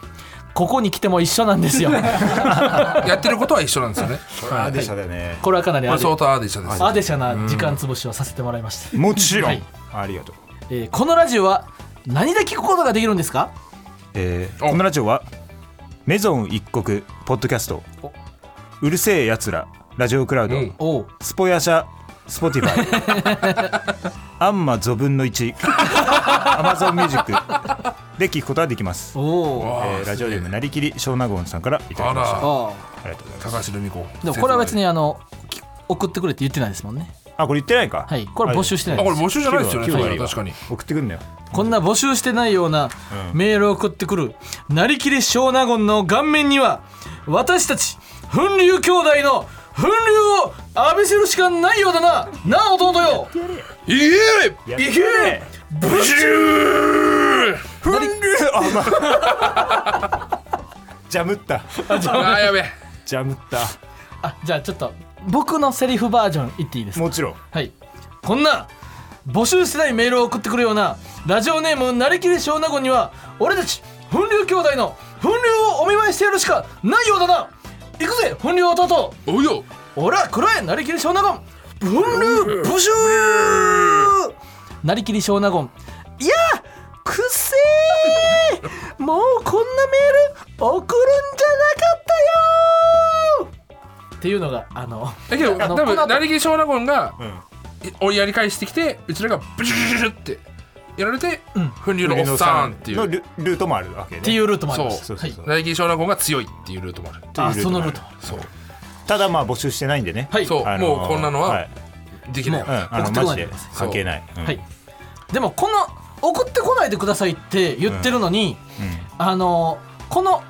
Speaker 3: ここに来ても一緒なんですよ
Speaker 4: やってることは一緒なんですよね
Speaker 2: あでしたね、
Speaker 3: これはかなりあ
Speaker 4: まあ
Speaker 3: れ
Speaker 4: 相当アーディシャです
Speaker 3: アデシャな時間潰しをさせてもらいました、
Speaker 2: もちろん、
Speaker 3: はい
Speaker 2: ありがとう、
Speaker 3: えーこのラジオは何で聞くことができるんですか
Speaker 2: えー
Speaker 4: お
Speaker 2: このラジオはメゾン一国ポッドキャスト
Speaker 3: お
Speaker 2: うるせえやつらラジオクラウド、
Speaker 4: うん
Speaker 3: おう
Speaker 2: スポヤシャスポティファイ アンマゾ分の1アマゾンミュージックで聞くことはできます
Speaker 3: おお
Speaker 4: わあ
Speaker 2: えーラジオネーム
Speaker 4: すげえ
Speaker 2: なりきり小納言さんからいただき
Speaker 4: あ
Speaker 2: ましたあ
Speaker 4: ら
Speaker 2: りが
Speaker 3: あ
Speaker 2: とうございます
Speaker 4: 高橋留美子
Speaker 3: でもこれは別にあのき送ってくれって言ってないですもんね
Speaker 2: あこれ言ってないか
Speaker 3: はいこれ募集してない
Speaker 4: あ
Speaker 3: で
Speaker 4: こ
Speaker 3: す
Speaker 4: れ募集じゃないですよね
Speaker 2: 九
Speaker 4: そ
Speaker 2: 割
Speaker 4: れ
Speaker 2: は
Speaker 4: は確かに
Speaker 2: 送ってくんだよ
Speaker 3: こんな募集してないようなメールを送ってくる、なりきり小納言の顔面には私たち粉流兄弟の粉流を浴びせるしかないようだななあ弟よ
Speaker 4: いえ
Speaker 2: い
Speaker 3: いけブシ
Speaker 4: ー
Speaker 2: ふんりあま あジャムった
Speaker 4: あやべえ
Speaker 2: ジャムった
Speaker 3: あじゃあちょっと僕のセリフバージョン言っていいですか
Speaker 2: もちろん
Speaker 3: はいこんな募集してないメールを送ってくるようなラジオネームなりきり小納言には俺たち粉流兄弟の粉流をお見舞いしてやるしかないようだな行くぜ粉流弟
Speaker 4: おいよ
Speaker 3: おらこらえなりきり小納言ブンルーブシューなりきり小納言いやくっせーもうこんなメール送るんじゃなかったよーっていうのがあの
Speaker 4: だけど
Speaker 3: あの
Speaker 4: 多
Speaker 3: この後
Speaker 4: 分成木小納言が
Speaker 2: ん
Speaker 4: 追いやり返してきてうちらがブシュシュシュってやられて粉流のおっさんってい
Speaker 2: の
Speaker 4: う
Speaker 2: ルルートもあるわけね
Speaker 3: っていうルートもありま
Speaker 4: そ
Speaker 3: す
Speaker 4: う
Speaker 2: そうそうそう
Speaker 4: 成木小納言が強いっていうルートもある
Speaker 3: はい、あ
Speaker 2: っていう
Speaker 3: そ
Speaker 2: ルートも
Speaker 3: の
Speaker 2: ある
Speaker 3: ルート
Speaker 4: そう
Speaker 2: ただまあ募集してないんでね
Speaker 3: はい
Speaker 4: そう
Speaker 2: あのー
Speaker 4: もうこんなのはいできない
Speaker 2: うんあの
Speaker 3: 送って
Speaker 2: マ
Speaker 3: こな
Speaker 2: ジ
Speaker 3: いで
Speaker 2: で
Speaker 3: ください
Speaker 2: 関係ないうん
Speaker 3: はいでもこの送ってこないでくださいって言ってるのに、あのこの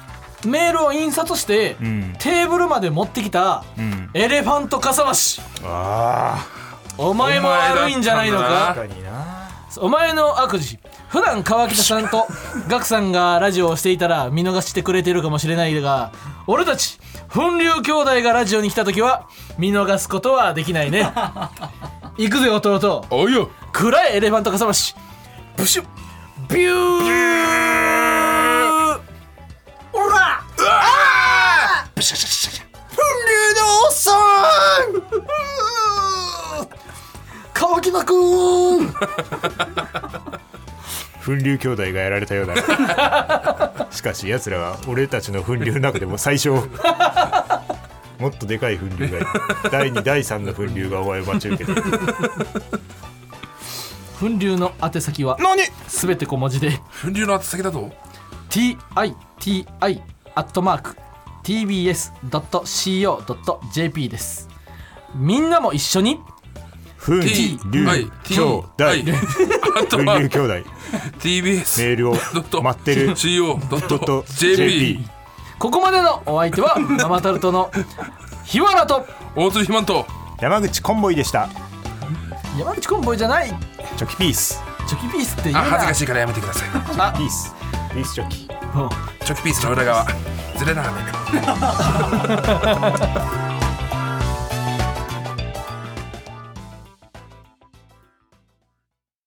Speaker 3: メールを印刷して、
Speaker 2: うん
Speaker 3: テーブルまで持ってきた、
Speaker 2: うん
Speaker 3: エレファントかさ増し
Speaker 2: あ
Speaker 3: お前も悪いんじゃないの
Speaker 4: お前だったんだ
Speaker 3: か
Speaker 2: あ確かに
Speaker 4: な
Speaker 2: な
Speaker 3: お前の悪事普段川北さんとガクさんがラジオをしていたら見逃してくれてるかもしれないが俺たち本流兄弟がラジオに来た時は見逃すことはできないね行くぜ弟
Speaker 4: おいよ
Speaker 3: 暗いエレファントかさ増しブシュビューオラ本流のおっさん川北くん
Speaker 2: 粉流兄弟がやられたようだ なしかし奴らは俺たちの粉流の中でも最小もっとでかい粉流がいる第2第3の粉流がお前を待ち受けている
Speaker 3: 粉流の宛先は
Speaker 4: 何
Speaker 3: すべて小文字で
Speaker 4: 粉流の宛先だぞ
Speaker 3: TITI アットマーク TBS.CO.JP ですみんなも一緒に
Speaker 2: ふん
Speaker 4: T
Speaker 2: りゅう
Speaker 4: はい
Speaker 2: 兄弟
Speaker 4: T はいあと
Speaker 2: ふん
Speaker 4: は
Speaker 2: りゅう兄弟メ
Speaker 4: TBS
Speaker 2: ールを待ってる
Speaker 4: CO.jp
Speaker 3: ここまでのお相手 はママタルトの日原と
Speaker 4: 大鶴ひまんと
Speaker 2: 山口コンボイでした
Speaker 3: 山口コンボイじゃない
Speaker 2: チョキピース
Speaker 3: チョキピースって言う
Speaker 4: あ
Speaker 3: な
Speaker 4: 恥ずかしいからやめてください
Speaker 2: ピースピースチョキ
Speaker 3: もう
Speaker 4: チョキピースの裏側ずれながらね